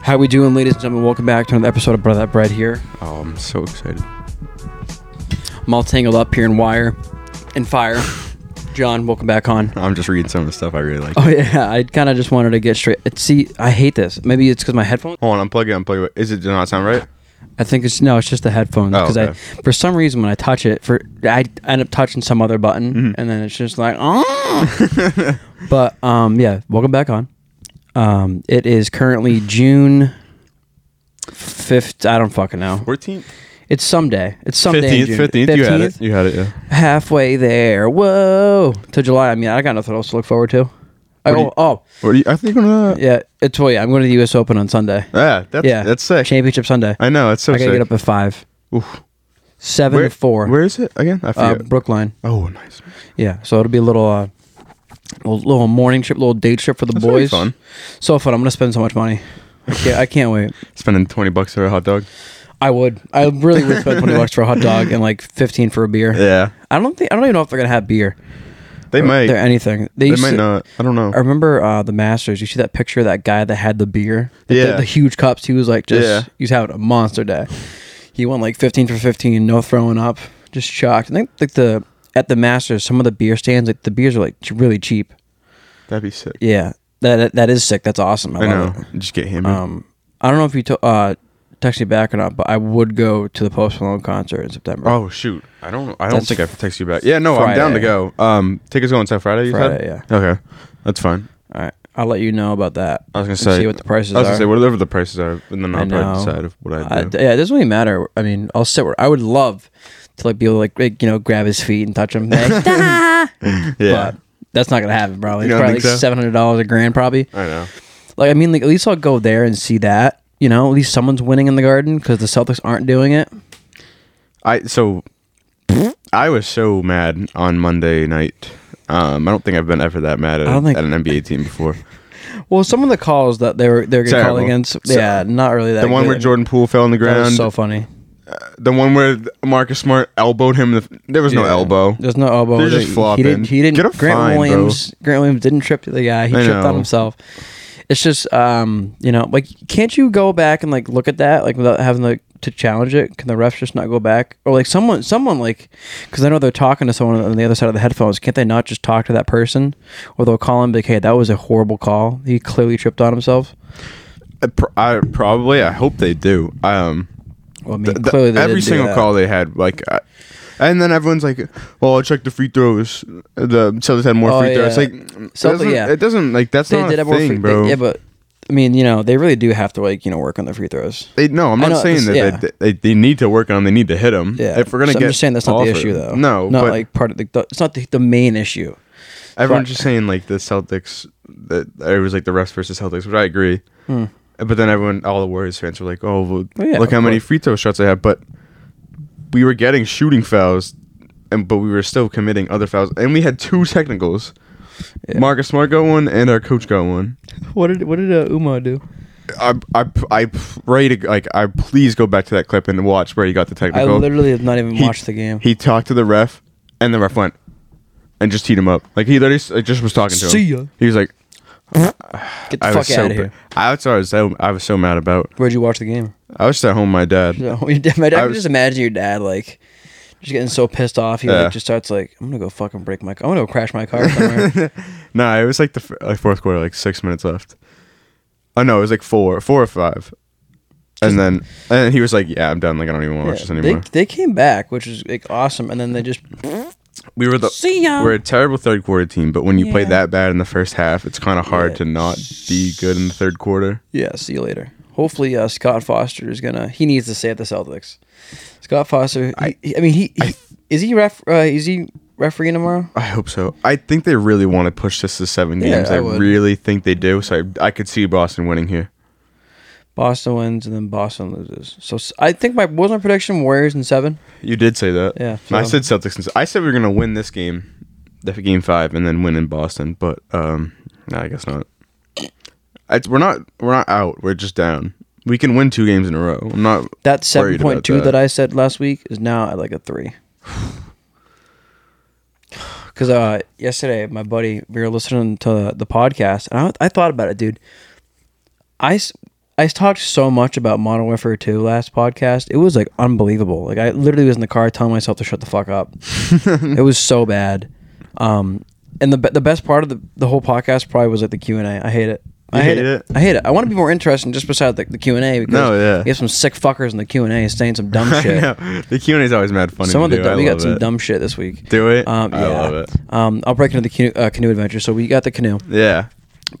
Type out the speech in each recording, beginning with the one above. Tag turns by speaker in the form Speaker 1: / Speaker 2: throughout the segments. Speaker 1: How we doing, ladies and gentlemen? Welcome back to another episode of Brother That Bread here.
Speaker 2: Oh, I'm so excited.
Speaker 1: I'm all tangled up here in wire and fire. John, welcome back on.
Speaker 2: I'm just reading some of the stuff I really like.
Speaker 1: Oh yeah, I kind of just wanted to get straight. It's, see, I hate this. Maybe it's because my headphones.
Speaker 2: Hold on, unplug it, unplug it. Is it does not sound right?
Speaker 1: I think it's no, it's just the headphones
Speaker 2: Oh,
Speaker 1: because
Speaker 2: okay.
Speaker 1: I, for some reason, when I touch it, for I end up touching some other button,
Speaker 2: Mm-hmm.
Speaker 1: and then it's just like, oh. but um, yeah, welcome back on. Um, it is currently June fifth. I don't fucking know.
Speaker 2: 14th,
Speaker 1: It's someday. It's someday. in
Speaker 2: 15th,
Speaker 1: June.
Speaker 2: 15th, You had it. You had it. Yeah.
Speaker 1: halfway there. Whoa, to July. I mean, I got nothing else to look forward to. I,
Speaker 2: do
Speaker 1: oh,
Speaker 2: you-
Speaker 1: oh,
Speaker 2: What are you, I think gonna.
Speaker 1: yeah. It's well, yeah. I'm going to the U.S. Open on Sunday.
Speaker 2: Yeah, that's
Speaker 1: yeah,
Speaker 2: that's sick.
Speaker 1: Championship Sunday. I,
Speaker 2: I know. It's so
Speaker 1: gotta
Speaker 2: sick.
Speaker 1: get up at five,
Speaker 2: Oof.
Speaker 1: seven
Speaker 2: Where-
Speaker 1: to four.
Speaker 2: Where is it again? I
Speaker 1: uh,
Speaker 2: forget.
Speaker 1: Brookline.
Speaker 2: oh, nice.
Speaker 1: Yeah, so it'll be a little, uh, little, little morning trip, little day trip for the
Speaker 2: That's gonna be
Speaker 1: boys.
Speaker 2: fun.
Speaker 1: So fun! I'm gonna spend so much money. I can't, I can't wait.
Speaker 2: Spending 20 bucks for a hot dog.
Speaker 1: I would. I really would spend twenty bucks for a hot dog and like fifteen for a beer.
Speaker 2: Yeah,
Speaker 1: I don't think. I don't even know if they're gonna have beer.
Speaker 2: they might.
Speaker 1: Or anything. They,
Speaker 2: They
Speaker 1: used
Speaker 2: might
Speaker 1: to-
Speaker 2: not. I don't know.
Speaker 1: I remember uh, the Masters. You see that picture of that guy that had the beer? The-
Speaker 2: Yeah.
Speaker 1: The, the huge cups. He was like, just,
Speaker 2: Yeah.
Speaker 1: he's having a monster day. He won like 15 for 15, no throwing up. Just shocked. I think like the, at the Masters, some of the beer stands, like the beers are like ch- really cheap.
Speaker 2: That'd be sick.
Speaker 1: Yeah. That, that- that is sick. That's awesome. I,
Speaker 2: I know.
Speaker 1: love it.
Speaker 2: Just get him.
Speaker 1: Um, I don't know if you to, uh, text me back or not, but I would go to the Post Malone concert in September.
Speaker 2: oh shoot. I don't. I don't
Speaker 1: That's
Speaker 2: think I can text you back. Yeah, no. I'm down to
Speaker 1: Friday.
Speaker 2: go. Um, tickets go until Friday. You
Speaker 1: Friday,
Speaker 2: said. Yeah. Okay, that's fine.
Speaker 1: All right. I'll let you know about that.
Speaker 2: I was gonna
Speaker 1: and
Speaker 2: say.
Speaker 1: see what the prices
Speaker 2: Uh, I was
Speaker 1: are.
Speaker 2: gonna say whatever the prices are, and then I'll
Speaker 1: know.
Speaker 2: probably decide if what I
Speaker 1: Uh,
Speaker 2: do.
Speaker 1: d- yeah, it doesn't really matter. I mean, I'll sit where I would love to like be able to like, like, you know grab his feet and touch him. Like, "Ah!"
Speaker 2: yeah,
Speaker 1: But that's not gonna happen. Probably
Speaker 2: You
Speaker 1: it's
Speaker 2: don't
Speaker 1: probably
Speaker 2: think so?
Speaker 1: seven hundred dollars a grand. Probably
Speaker 2: I know.
Speaker 1: like I mean, like at least I'll go there and see that. You know, at least someone's winning in the Garden because the Celtics aren't doing it.
Speaker 2: I so I was so mad on Monday night. Um, I don't think I've been ever that mad at,
Speaker 1: I don't think-
Speaker 2: at an NBA team before.
Speaker 1: Well, some of the calls that they were they're gonna call
Speaker 2: Terrible.
Speaker 1: against,
Speaker 2: So-
Speaker 1: yeah, not really that.
Speaker 2: the one
Speaker 1: good.
Speaker 2: where Jordan Poole fell on the
Speaker 1: that
Speaker 2: ground.
Speaker 1: was so funny.
Speaker 2: the one where Marcus Smart elbowed him. in The, there was no
Speaker 1: Yeah.
Speaker 2: elbow.
Speaker 1: There's no elbow.
Speaker 2: They're just
Speaker 1: He-
Speaker 2: flopping.
Speaker 1: He didn't. He didn't
Speaker 2: Get a
Speaker 1: Grant
Speaker 2: fine, bro.
Speaker 1: Williams. Grant Williams didn't trip to the guy. He
Speaker 2: I
Speaker 1: tripped on
Speaker 2: know.
Speaker 1: himself. It's just, um, you know, like can't you go back and like look at that like without having like, to challenge it? Can the refs just not go back or like someone, someone like because I know they're talking to someone on the other side of the headphones. Can't they not just talk to that person or they'll call him be like, hey, that was a horrible call. He clearly tripped on himself.
Speaker 2: I, pr- I probably. I hope they do. Um,
Speaker 1: Well, I mean,
Speaker 2: th- th-
Speaker 1: clearly they
Speaker 2: every
Speaker 1: didn't do
Speaker 2: single
Speaker 1: that.
Speaker 2: call they had, like, I, and then everyone's like, "Well, I checked the free throws. The Celtics had more
Speaker 1: Oh,
Speaker 2: free throws."
Speaker 1: yeah.
Speaker 2: Like, it
Speaker 1: Celtic-
Speaker 2: doesn't,
Speaker 1: yeah.
Speaker 2: it doesn't like that's
Speaker 1: They
Speaker 2: not
Speaker 1: did
Speaker 2: a
Speaker 1: have more
Speaker 2: thing,
Speaker 1: free,
Speaker 2: bro.
Speaker 1: They, yeah, but I mean, you know, they really do have to like you know work on their free throws.
Speaker 2: They, no, I'm
Speaker 1: I
Speaker 2: not
Speaker 1: know,
Speaker 2: saying
Speaker 1: it's-
Speaker 2: that
Speaker 1: yeah.
Speaker 2: they, they, they need to work on. them, They need to hit them.
Speaker 1: Yeah.
Speaker 2: If we're gonna
Speaker 1: So
Speaker 2: get,
Speaker 1: I'm just saying that's not the
Speaker 2: offered.
Speaker 1: issue though.
Speaker 2: No,
Speaker 1: not
Speaker 2: but
Speaker 1: like part of the, the- It's not the, the main issue.
Speaker 2: everyone's just saying like the Celtics. That it was like the refs versus Celtics, which I agree. But then everyone, all the Warriors fans were like, "Oh, well,
Speaker 1: Hmm. Well, yeah,
Speaker 2: look how
Speaker 1: of
Speaker 2: many
Speaker 1: course.
Speaker 2: free throw shots I have." But we were getting shooting fouls, and but we were still committing other fouls, and we had two technicals. Marcus Smart got one, and our coach got one.
Speaker 1: What did what did uh, Uma do?
Speaker 2: I, I, I pray to like I please go back to that clip and watch where he got the
Speaker 1: I
Speaker 2: technical.
Speaker 1: literally have not even
Speaker 2: He-
Speaker 1: watched the game.
Speaker 2: He talked to the ref, and the ref went and just teed him up. Like he literally s- like, just was talking to him.
Speaker 1: See ya.
Speaker 2: He was like,
Speaker 1: Get the
Speaker 2: I
Speaker 1: fuck
Speaker 2: was so
Speaker 1: out of
Speaker 2: ba-
Speaker 1: here.
Speaker 2: I was, I was so I was so mad about.
Speaker 1: Where'd you watch the game?
Speaker 2: I was just at home with my dad.
Speaker 1: No, your dad- my dad- I, can
Speaker 2: was-
Speaker 1: just imagine your dad like just getting so pissed off. He
Speaker 2: Yeah.
Speaker 1: like, just starts like, I'm gonna go fucking break my. I'm gonna go crash my car somewhere.
Speaker 2: Nah, it was like the f- like fourth quarter, like six minutes left. Oh no, it was like four, four or five, and then and then he was like, "Yeah, I'm done. Like I don't even want to watch this
Speaker 1: Yeah,
Speaker 2: anymore."
Speaker 1: They they came back, which is like awesome, and then they just
Speaker 2: we were the
Speaker 1: See ya.
Speaker 2: we're a terrible third quarter team, but when you play
Speaker 1: Yeah.
Speaker 2: that bad in the first half, it's kind of hard
Speaker 1: Yeah.
Speaker 2: to not be good in the third quarter.
Speaker 1: Yeah, see you later. Hopefully, uh, Scott Foster is gonna. He needs to stay at the Celtics. Scott Foster. he-
Speaker 2: I-
Speaker 1: he, I mean, he, he is he ref. Uh, is he refereeing tomorrow?
Speaker 2: I hope so. I think they really want to push this to seven
Speaker 1: Yeah,
Speaker 2: games.
Speaker 1: I
Speaker 2: I,
Speaker 1: would.
Speaker 2: really think they do. So I, I could see Boston winning here.
Speaker 1: Boston wins and then Boston loses. So s- I think my wasn't my prediction Warriors in seven.
Speaker 2: You did say that.
Speaker 1: Yeah,
Speaker 2: I
Speaker 1: so-
Speaker 2: said Celtics. and- I said we were gonna win this game, the game five, and then win in Boston. But um, no, I guess not. It's, we're not. We're not out. We're just down. We can win two games in a row. I'm not.
Speaker 1: That
Speaker 2: Worried
Speaker 1: seven
Speaker 2: about
Speaker 1: point two that.
Speaker 2: that.
Speaker 1: I said last week is now at like a three. Because uh, yesterday, my buddy, we were listening to the podcast, and I, I thought about it, dude. I, s- I talked so much about Modern Warfare 2 last podcast. It was like unbelievable. Like I literally was in the car telling myself to shut the fuck up. it was so bad. Um, and the be- the best part of the, the whole podcast probably was like the Q and A. I hate it. I
Speaker 2: You
Speaker 1: hate, it.
Speaker 2: hate it?
Speaker 1: I hate it. I want to be more interesting just beside the, the Q and A because
Speaker 2: No, yeah.
Speaker 1: you have some sick fuckers in the Q and A saying some dumb
Speaker 2: I
Speaker 1: shit.
Speaker 2: know. The Q and A is always mad funny.
Speaker 1: Some
Speaker 2: to
Speaker 1: of the
Speaker 2: do.
Speaker 1: dumb,
Speaker 2: I
Speaker 1: we got
Speaker 2: love
Speaker 1: some
Speaker 2: it.
Speaker 1: dumb shit this week.
Speaker 2: Do it.
Speaker 1: Um, yeah.
Speaker 2: I love it.
Speaker 1: Um, I'll break into the canoe, uh, canoe adventure. So we got the canoe,
Speaker 2: Yeah.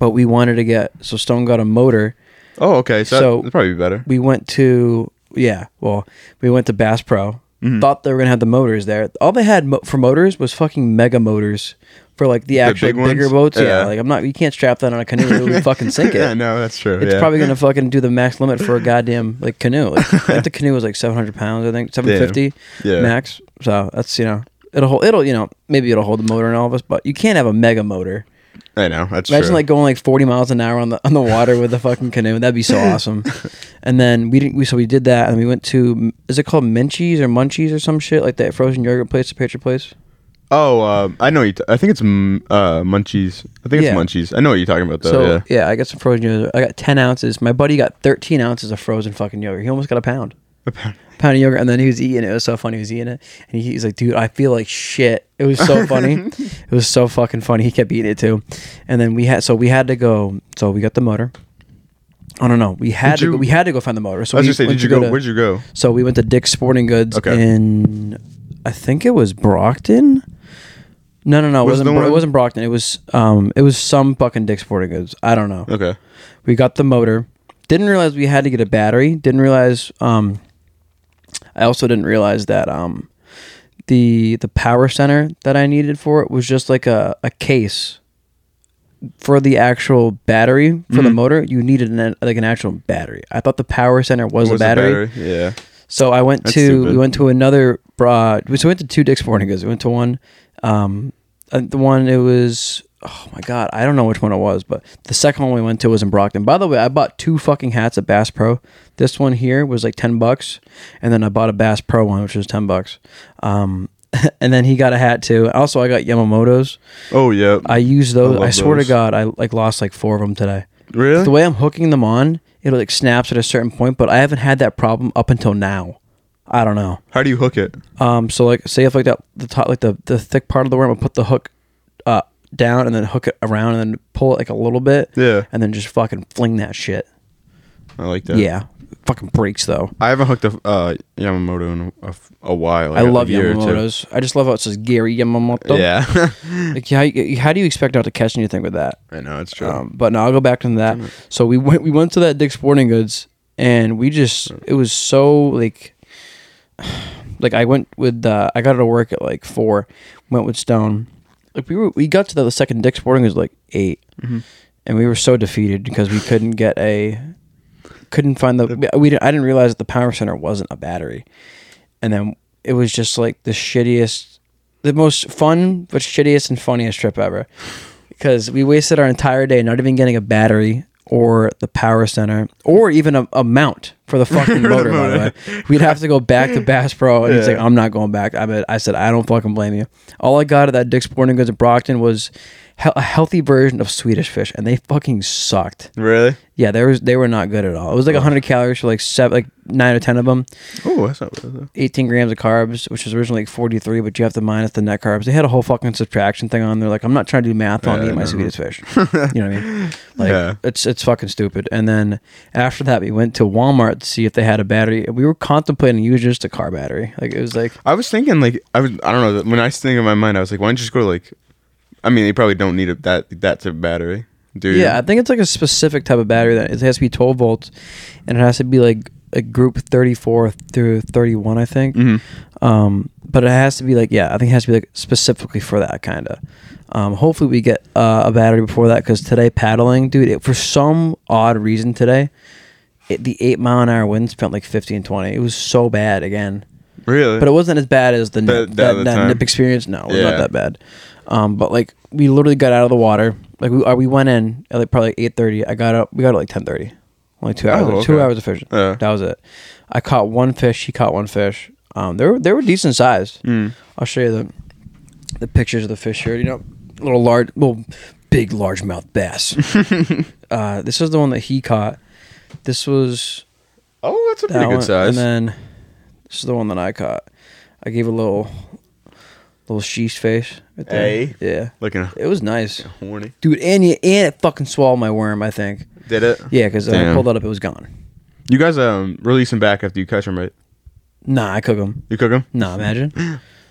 Speaker 1: but we wanted to get so Stone got a motor.
Speaker 2: Oh, okay. So,
Speaker 1: So-
Speaker 2: that'd probably be better.
Speaker 1: We went to yeah, well, we went to Bass Pro.
Speaker 2: Mm-hmm.
Speaker 1: Thought they were gonna have the motors there. All they had mo- for motors was fucking mega motors for like the actual
Speaker 2: big ones?
Speaker 1: bigger boats. Yeah.
Speaker 2: Yeah.
Speaker 1: like I'm not. You can't strap that on a canoe. It'll fucking sink it.
Speaker 2: yeah, no, that's true.
Speaker 1: It's
Speaker 2: yeah.
Speaker 1: probably gonna fucking do the max limit for a goddamn like canoe. Like, like the canoe was like 700 pounds, I think 750
Speaker 2: Yeah.
Speaker 1: max. So that's you know it'll hold it'll you know maybe it'll hold the motor in all of us, but you can't have a mega motor.
Speaker 2: I know. That's
Speaker 1: Imagine
Speaker 2: true.
Speaker 1: like going like 40 miles an hour on the on the water with a fucking canoe. That'd be so awesome. and then we didn't we so we did that and we went to is it called Minchies or Munchies or some shit like that frozen yogurt place, the picture place.
Speaker 2: Oh, um, I know. You t- I think it's mm, uh, Munchies. I think
Speaker 1: Yeah.
Speaker 2: it's Munchies. I know what you're talking about though.
Speaker 1: So
Speaker 2: Oh, yeah.
Speaker 1: yeah. I got some frozen yogurt. I got 10 ounces. My buddy got 13 ounces of frozen fucking yogurt. He almost got a pound.
Speaker 2: A pound.
Speaker 1: pound of yogurt and then he was eating it. It was so funny. He was eating it and he, he was like, dude, I feel like shit. It was so funny. it was so fucking funny. He kept eating it too. And then we had, so we had to go, so we got the motor. Oh no no! We had
Speaker 2: Did
Speaker 1: to go,
Speaker 2: you-
Speaker 1: we had to go find the motor. So
Speaker 2: I was
Speaker 1: we
Speaker 2: gonna say,
Speaker 1: went
Speaker 2: did you
Speaker 1: to
Speaker 2: go?
Speaker 1: to-
Speaker 2: where'd you go?
Speaker 1: so we went to Dick's Sporting Goods
Speaker 2: Okay.
Speaker 1: in, I think it was Brockton. No no no! It
Speaker 2: Was
Speaker 1: wasn't
Speaker 2: the
Speaker 1: Bro- it
Speaker 2: one-
Speaker 1: wasn't Brockton. It was um it was some fucking Dick's Sporting Goods. I don't know.
Speaker 2: Okay.
Speaker 1: We got the motor. Didn't realize we had to get a battery. Didn't realize. Um, I also didn't realize that um, the the power center that I needed for it was just like a, a case for the actual battery for the motor. You needed an, like an actual battery. I thought the power center was,
Speaker 2: What
Speaker 1: the battery.
Speaker 2: Yeah.
Speaker 1: So I went
Speaker 2: That's
Speaker 1: to we
Speaker 2: stupid.
Speaker 1: went to another uh, so we went to two Dick's Sporting Goods. We went to one, um, uh, the one it was oh my god I don't know which one it was, but the second one we went to was in Brockton. By the way, I bought two fucking hats at Bass Pro. This one here was like ten bucks, and then I bought a Bass Pro one which was ten bucks. Um, and then he got a hat too. Also, I got Yamamoto's.
Speaker 2: Oh yeah.
Speaker 1: I used those.
Speaker 2: love
Speaker 1: I, swear
Speaker 2: those.
Speaker 1: to God, I like lost like four of them today.
Speaker 2: really?
Speaker 1: The way I'm hooking them on, it like snaps at a certain point, but I haven't had that problem up until now. I don't know.
Speaker 2: How do you hook it?
Speaker 1: Um, so like, say if like that the top, like the the thick part of the worm, I'm gonna put the hook uh down and then hook it around and then pull it like a little bit,
Speaker 2: Yeah.
Speaker 1: and then just fucking fling that shit.
Speaker 2: I like
Speaker 1: Yeah,
Speaker 2: that.
Speaker 1: fucking breaks though.
Speaker 2: I haven't hooked a uh, Yamamoto in a, a, a while.
Speaker 1: I
Speaker 2: like a
Speaker 1: love
Speaker 2: year or two.
Speaker 1: Yamamoto's. I just love how it says Gary Yamamoto.
Speaker 2: Yeah.
Speaker 1: Like, how, you- how do you expect not to catch anything with that?
Speaker 2: I know it's true.
Speaker 1: Um, but no, I'll go back to that. So we went we went to that Dick's Sporting Goods, and we just it was so like like I went with uh, I got out of work at like four, went with Stone. Like we were we got to the second Dick's Sporting Goods like 8 and we were so defeated because we couldn't get a couldn't find the we, we didn't, I didn't realize that the power center wasn't a battery, and then it was just like the shittiest, the most fun but shittiest and funniest trip ever, because we wasted our entire day not even getting a battery or the power center or even a, a mount for the fucking motor. by the way, we'd have to go back to Bass Pro, and he's like, "I'm not going back." I bet I said, "I don't fucking blame you." All I got at that Dick's Sporting Goods in Brockton was. he- A healthy version of Swedish fish, and they fucking sucked.
Speaker 2: really?
Speaker 1: Yeah, there was they were not good at all. It was like 100 calories for like seven, like nine or ten of them.
Speaker 2: Oh, that's not bad. though.
Speaker 1: 18 grams of carbs, which was originally like 43, but you have to minus the net carbs. They had a whole fucking subtraction thing on. They're like, I'm not trying to do math on
Speaker 2: Yeah,
Speaker 1: eat my
Speaker 2: no.
Speaker 1: sweetest fish. you know what I mean? Like,
Speaker 2: Yeah.
Speaker 1: it's it's fucking stupid. And then after that, we went to Walmart to see if they had a battery. We were contemplating using just a car battery. Like it was like
Speaker 2: I was thinking like I was I don't know that- when I was thinking in my mind I was like why don't you just go to like I mean they probably don't need a, that that type of battery do you?
Speaker 1: Yeah, I think it's like a specific type of battery that it has to be 12 volts, and it has to be like a group 34 through 31, I think.
Speaker 2: Mm-hmm.
Speaker 1: Um, but it has to be like yeah, I think it has to be like specifically for that kind of. Um, hopefully we get uh, a battery before that because today paddling, dude, it, for some odd reason today, it, the eight mile an hour wind felt like 15, 20. It was so bad again.
Speaker 2: really
Speaker 1: But it wasn't as bad as the nip,
Speaker 2: That- that
Speaker 1: that,
Speaker 2: other
Speaker 1: that
Speaker 2: time?
Speaker 1: nip experience. No, it was not
Speaker 2: Yeah.
Speaker 1: that bad. Um, but like we literally got out of the water. Like we uh, we went in at like probably eight thirty. I got up. We got up like ten thirty. Only two hours.
Speaker 2: Oh,
Speaker 1: Two
Speaker 2: okay.
Speaker 1: hours of fishing.
Speaker 2: Yeah.
Speaker 1: That was it. I caught one fish. He caught one fish. Um, they were they were decent sized.
Speaker 2: Mm.
Speaker 1: I'll show you the the pictures of the fish here. You know, little large, little big largemouth bass. uh, this is the one that he caught. This was
Speaker 2: Oh, that's a
Speaker 1: that
Speaker 2: pretty
Speaker 1: one,
Speaker 2: good size.
Speaker 1: and then this is the one that I caught. I gave a little, little sheesh face. Right there.
Speaker 2: Hey.
Speaker 1: Yeah,
Speaker 2: Looking
Speaker 1: it was nice,
Speaker 2: horny.
Speaker 1: dude. And you, and it fucking swallowed my worm. I think.
Speaker 2: Did it?
Speaker 1: Yeah, because I
Speaker 2: Damn.
Speaker 1: pulled that up. It was gone.
Speaker 2: You guys um release them back after you catch them, right?
Speaker 1: Nah, I cook them.
Speaker 2: You cook them?
Speaker 1: Nah, imagine.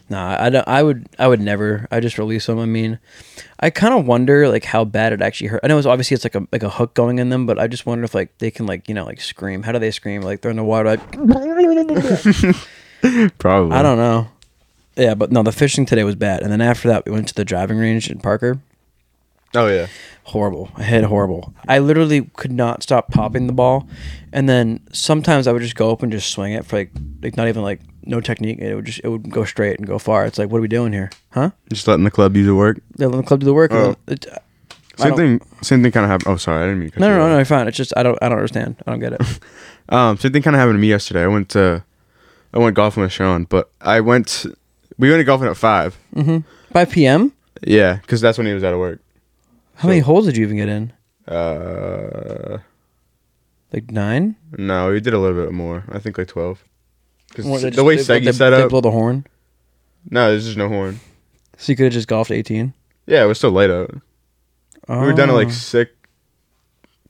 Speaker 1: nah, I don't. I would. I would never. I just release them. I mean, I kind of wonder like how bad it actually hurt. I know it's obviously it's like a like a hook going in them, but I just wonder if like they can like you know like scream. How do they scream? Like they're in the water. Like,
Speaker 2: Probably.
Speaker 1: I don't know. Yeah, but no, the fishing today was bad, and then after that we went to the driving range in Parker.
Speaker 2: Oh yeah.
Speaker 1: horrible. I hit horrible. I literally could not stop popping the ball, and then sometimes I would just go up and just swing it for like, like not even like no technique. It would just it would go straight and go far. It's like, what are we doing here, huh?
Speaker 2: Just letting the club use it work.
Speaker 1: They let the club do the work.
Speaker 2: Oh.
Speaker 1: It- I
Speaker 2: Same
Speaker 1: don't-
Speaker 2: thing. Same thing kind of happened. Oh, sorry, I didn't mean. To cut
Speaker 1: No,
Speaker 2: you
Speaker 1: no, no,
Speaker 2: off.
Speaker 1: no. You're fine. It's just I don't I don't understand. I don't get it.
Speaker 2: Um, same thing kind of happened to me yesterday. I went to, I went golfing with Sean, but I went, we went golfing at five.
Speaker 1: By p.m.
Speaker 2: Yeah, because that's when he was out of work.
Speaker 1: How many holes did you even get in?
Speaker 2: Uh,
Speaker 1: Like nine.
Speaker 2: no, we did a little bit more. I think like twelve.
Speaker 1: Well,
Speaker 2: Because
Speaker 1: they
Speaker 2: the
Speaker 1: just-
Speaker 2: way
Speaker 1: they-
Speaker 2: Segi
Speaker 1: they-
Speaker 2: set
Speaker 1: they
Speaker 2: up,
Speaker 1: blow the horn.
Speaker 2: no, there's just no horn.
Speaker 1: So you could have just golfed eighteen.
Speaker 2: Yeah, it was still light out.
Speaker 1: Oh.
Speaker 2: We were done at like six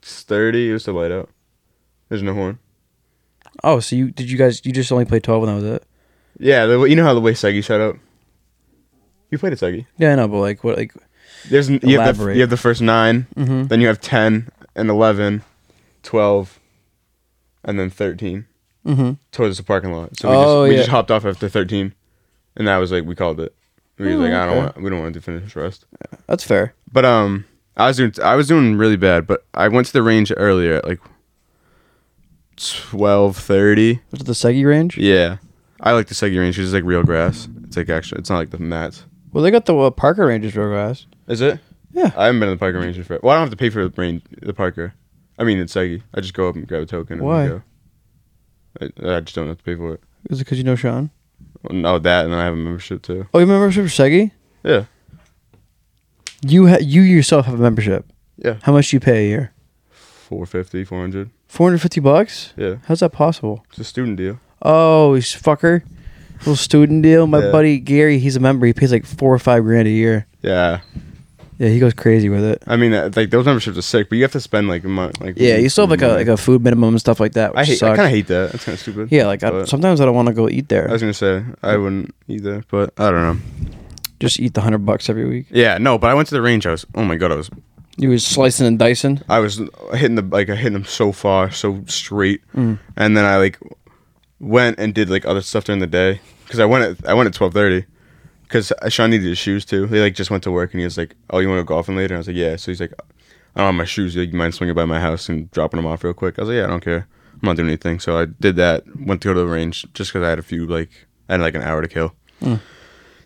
Speaker 2: thirty. It was still light out. There's no horn.
Speaker 1: Oh, so you did you guys you just only played twelve and that was it?
Speaker 2: Yeah, the, you know how the way Segi set up. You played at Segi.
Speaker 1: Yeah, I know, but like what like
Speaker 2: There's n- you have,
Speaker 1: Elaborate.
Speaker 2: the,
Speaker 1: Mm-hmm.
Speaker 2: you have the first 9 then you have 10 and 11, 12, and then 13
Speaker 1: Mhm.
Speaker 2: towards the parking lot. So we,
Speaker 1: Oh,
Speaker 2: just, we
Speaker 1: yeah.
Speaker 2: just hopped off after 13, and that was like we called it. We was
Speaker 1: Oh,
Speaker 2: like I don't
Speaker 1: okay.
Speaker 2: want we don't want to do finish rest.
Speaker 1: that's fair.
Speaker 2: But um, I was doing I was doing really bad, but I went to the range earlier at like twelve thirty.
Speaker 1: Was it the Segi range?
Speaker 2: Yeah, I like the Segi range because it's like real grass. It's like actually it's not like the mats.
Speaker 1: Well, they got the uh, Parker Rangers real grass.
Speaker 2: Is it?
Speaker 1: Yeah.
Speaker 2: I haven't been in the Parker Ranger for. Well, I don't have to pay for the rain, the Parker. I mean, it's Segi. I just go up and grab a token. and
Speaker 1: Why?
Speaker 2: Go. I, I just don't have to pay for it.
Speaker 1: Is it because you know Sean?
Speaker 2: No, that and I have a membership too.
Speaker 1: Oh, you have a membership for Segi?
Speaker 2: Yeah.
Speaker 1: You ha- you yourself have a membership.
Speaker 2: Yeah.
Speaker 1: How much do you pay a year?
Speaker 2: 450, 400.
Speaker 1: Four hundred fifty bucks.
Speaker 2: Yeah.
Speaker 1: How's that possible?
Speaker 2: It's a student deal.
Speaker 1: Oh, he's fucker. Little student deal. My
Speaker 2: Yeah.
Speaker 1: buddy Gary, he's a member. He pays like four or five grand a year.
Speaker 2: Yeah.
Speaker 1: Yeah, he goes crazy with it.
Speaker 2: I mean, that- like those memberships are sick, but you have to spend like a month. Like
Speaker 1: Yeah, you still have like a like a food minimum and stuff like that. Which
Speaker 2: I hate. I
Speaker 1: sucks.
Speaker 2: kind of hate that. That's kind of stupid.
Speaker 1: Yeah, like I,
Speaker 2: But-
Speaker 1: sometimes I don't want to go eat
Speaker 2: I
Speaker 1: there.
Speaker 2: was gonna say I wouldn't either, but I don't know.
Speaker 1: Just eat the hundred bucks every week.
Speaker 2: Yeah, no, but I went to the range. I was oh my god, I was
Speaker 1: You was slicing and dicing.
Speaker 2: I was hitting the like I hitting them so far, so straight, and then I like went and did like other stuff during the day because I went at I went at twelve thirty because Sean needed his shoes too. He like just went to work and he was like, "Oh, you want to go golfing later?" And I was like, "Yeah." So he's like, "I don't have my shoes. Like, you mind swinging by my house and dropping them off real quick?" I was like, "Yeah, I don't care. I'm not doing anything." So I did that. Went to go to the range just because I had a few like I had like an hour to kill.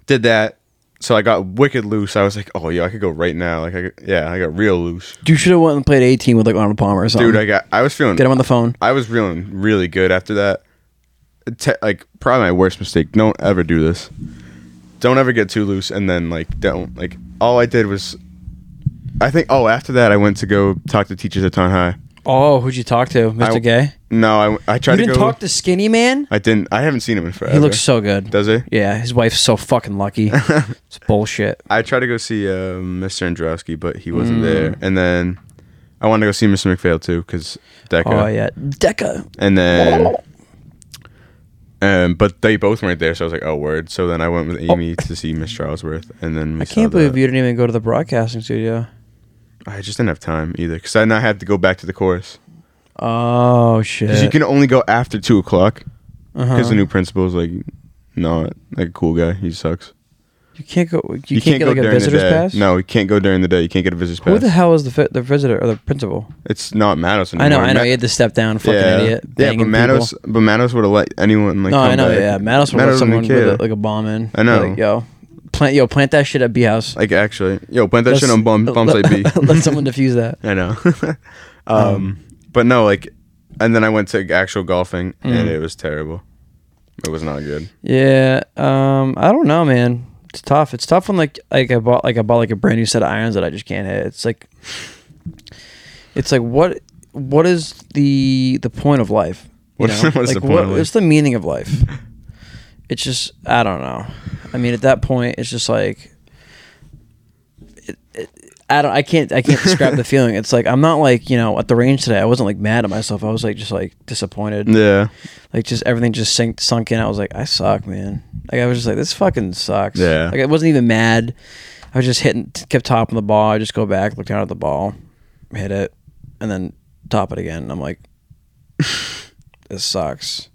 Speaker 2: Did that. So I got wicked loose. I was like, "Oh yeah, I could go right now." Like, I, could- yeah, I got real loose.
Speaker 1: You should have went and played eighteen with like Arnold Palmer or something.
Speaker 2: Dude, I got. I was feeling.
Speaker 1: Um, Get him on the phone.
Speaker 2: I was feeling really good after that. Te- like probably my worst mistake. Don't ever do this. Don't ever get too loose, and then like don't like. All I did was, I think. Oh, after that, I went to go talk to teachers at Town High.
Speaker 1: Oh, who'd you talk to, Mr.
Speaker 2: I-
Speaker 1: Gay?
Speaker 2: No, I I tried
Speaker 1: You didn't
Speaker 2: to go.
Speaker 1: talk to Skinny Man?
Speaker 2: I didn't. I haven't seen him in forever.
Speaker 1: He looks so good.
Speaker 2: Does he?
Speaker 1: Yeah, his wife's so fucking lucky. it's bullshit.
Speaker 2: I tried to go see uh, Mr. Androwski, but he
Speaker 1: Hmm.
Speaker 2: wasn't there. And then I wanted to go see Mr. McPhail too, because Decker.
Speaker 1: Oh yeah, Deca.
Speaker 2: And then, um, but they both weren't there, so I was like, "Oh, word!" So then I went with Amy to see Miss Charlesworth, and then we
Speaker 1: Oh. I can't
Speaker 2: saw
Speaker 1: believe
Speaker 2: that.
Speaker 1: you didn't even go to the broadcasting studio.
Speaker 2: I just didn't have time either, because then I had to go back to the chorus
Speaker 1: Oh shit.
Speaker 2: because you can only go after two o'clock because
Speaker 1: Uh-huh.
Speaker 2: the new principal is like not like a cool guy. He sucks.
Speaker 1: you can't go. You, can't, get like a visitor's
Speaker 2: the day.
Speaker 1: pass.
Speaker 2: No, you can't go during the day. You can't get a visitor's
Speaker 1: Who
Speaker 2: pass.
Speaker 1: the hell is the fi- the visitor or the principal?
Speaker 2: it's not Manos anymore.
Speaker 1: I know, I know.
Speaker 2: Ma-
Speaker 1: He had to step down. Fucking
Speaker 2: yeah,
Speaker 1: idiot.
Speaker 2: yeah,
Speaker 1: banging
Speaker 2: but Manos,
Speaker 1: people.
Speaker 2: but Manos would have let anyone like.
Speaker 1: No,
Speaker 2: come
Speaker 1: I know.
Speaker 2: back.
Speaker 1: Yeah, Manos would let
Speaker 2: didn't
Speaker 1: someone
Speaker 2: care.
Speaker 1: with a, like a bomb in.
Speaker 2: I know.
Speaker 1: Like, yo, plant yo plant that shit at B house.
Speaker 2: Like actually, yo, plant that
Speaker 1: Let's-
Speaker 2: shit on bum, bump site B.
Speaker 1: Let someone defuse that.
Speaker 2: I know. um, but no, like, and then I went to actual golfing, and it was terrible. It was not good.
Speaker 1: Yeah, um, I don't know, man. It's tough. It's tough when like like I bought like I bought like a brand new set of irons that I just can't hit. It's like, it's like what what is the the point of life? You
Speaker 2: What is-
Speaker 1: know?
Speaker 2: what is
Speaker 1: like,
Speaker 2: the point of life?
Speaker 1: What's the meaning of life? It's just I don't know. I mean, at that point, it's just like it, it, I don't. I can't. I can't describe the feeling. It's like I'm not like you know at the range today. I wasn't like mad at myself. I was like just like disappointed.
Speaker 2: Yeah.
Speaker 1: Like just everything just sink, sunk in. I was like I suck, man. Like I was just like this fucking sucks.
Speaker 2: Yeah.
Speaker 1: Like I wasn't even mad. I was just hitting, kept topping the ball. I just go back, look down at the ball, hit it, and then top it again. I'm like, this sucks.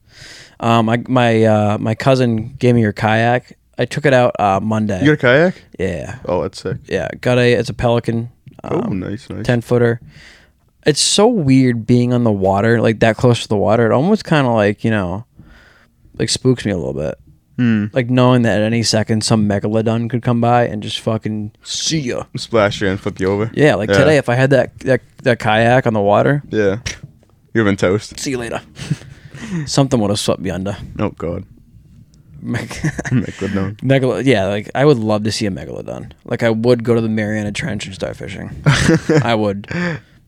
Speaker 1: Um, I, my uh, my cousin gave me your kayak. I took it out uh, Monday.
Speaker 2: You got a kayak?
Speaker 1: yeah,
Speaker 2: Oh, that's sick.
Speaker 1: yeah. Got a it's a Pelican.
Speaker 2: Oh,
Speaker 1: Um,
Speaker 2: nice, nice.
Speaker 1: 10 footer. It's so weird being on the water, like that close to the water. It almost kind of like, you know, like spooks me a little bit.
Speaker 2: Hmm.
Speaker 1: Like knowing that at any second some megalodon could come by and just fucking see ya.
Speaker 2: Splash you and flip you over.
Speaker 1: Yeah, like today if I had that, that that kayak on the water,
Speaker 2: Yeah. You've been toast.
Speaker 1: see you later. Something would have swept me under.
Speaker 2: Oh God.
Speaker 1: Meg-
Speaker 2: Make good known.
Speaker 1: Megalo- yeah, like I would love to see a megalodon. Like I would go to the Mariana Trench and start fishing. I would.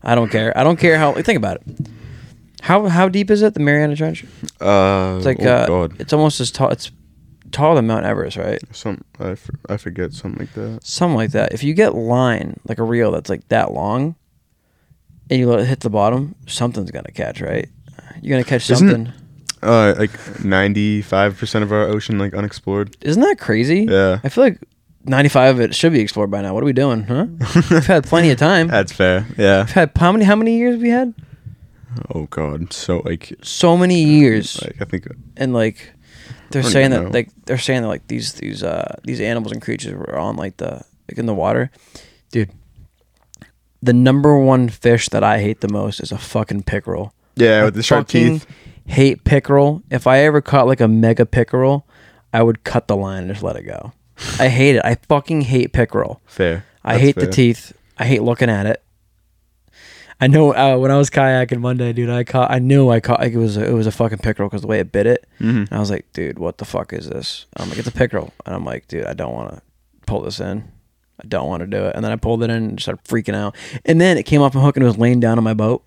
Speaker 1: I don't care. I don't care how. Like, think about it. How how deep is it? The Mariana Trench?
Speaker 2: Uh,
Speaker 1: It's like
Speaker 2: oh
Speaker 1: uh,
Speaker 2: God.
Speaker 1: it's almost as tall. It's taller than Mount Everest, right?
Speaker 2: Some I, f- I forget something like that.
Speaker 1: Something like that. If you get line like a reel that's like that long, and you let it hit the bottom, something's gonna catch, right? You're gonna catch
Speaker 2: Isn't it-
Speaker 1: something.
Speaker 2: Uh, like ninety five percent of our ocean like unexplored.
Speaker 1: Isn't that crazy?
Speaker 2: Yeah.
Speaker 1: I feel like 95 of it should be explored by now. What are we doing, huh? We've had plenty of time.
Speaker 2: That's fair. Yeah.
Speaker 1: We've had how many how many years have we had?
Speaker 2: Oh God. So like,
Speaker 1: So many years.
Speaker 2: like I think
Speaker 1: and like they're
Speaker 2: I don't
Speaker 1: saying
Speaker 2: even
Speaker 1: that
Speaker 2: know.
Speaker 1: like they're saying that like these these uh these animals and creatures were on like the like in the water dude the number one fish that i hate the most is a fucking pickerel
Speaker 2: yeah
Speaker 1: I
Speaker 2: with the sharp
Speaker 1: fucking
Speaker 2: teeth.
Speaker 1: hate pickerel if i ever caught like a mega pickerel i would cut the line and just let it go i hate it i fucking hate pickerel
Speaker 2: Fair.
Speaker 1: I
Speaker 2: That's
Speaker 1: hate the
Speaker 2: fair.
Speaker 1: teeth. I hate looking at it. I know uh, when I was kayaking Monday, dude, I caught. I knew I caught. Like, it was a, it was a fucking pickerel because the way it bit it, and I was like, dude, what the fuck is this? I'm like, it's a pickerel, and I'm like, dude, I don't want to pull this in. I don't want to do it. And then I pulled it in and started freaking out. And then it came off my hook and it was laying down on my boat,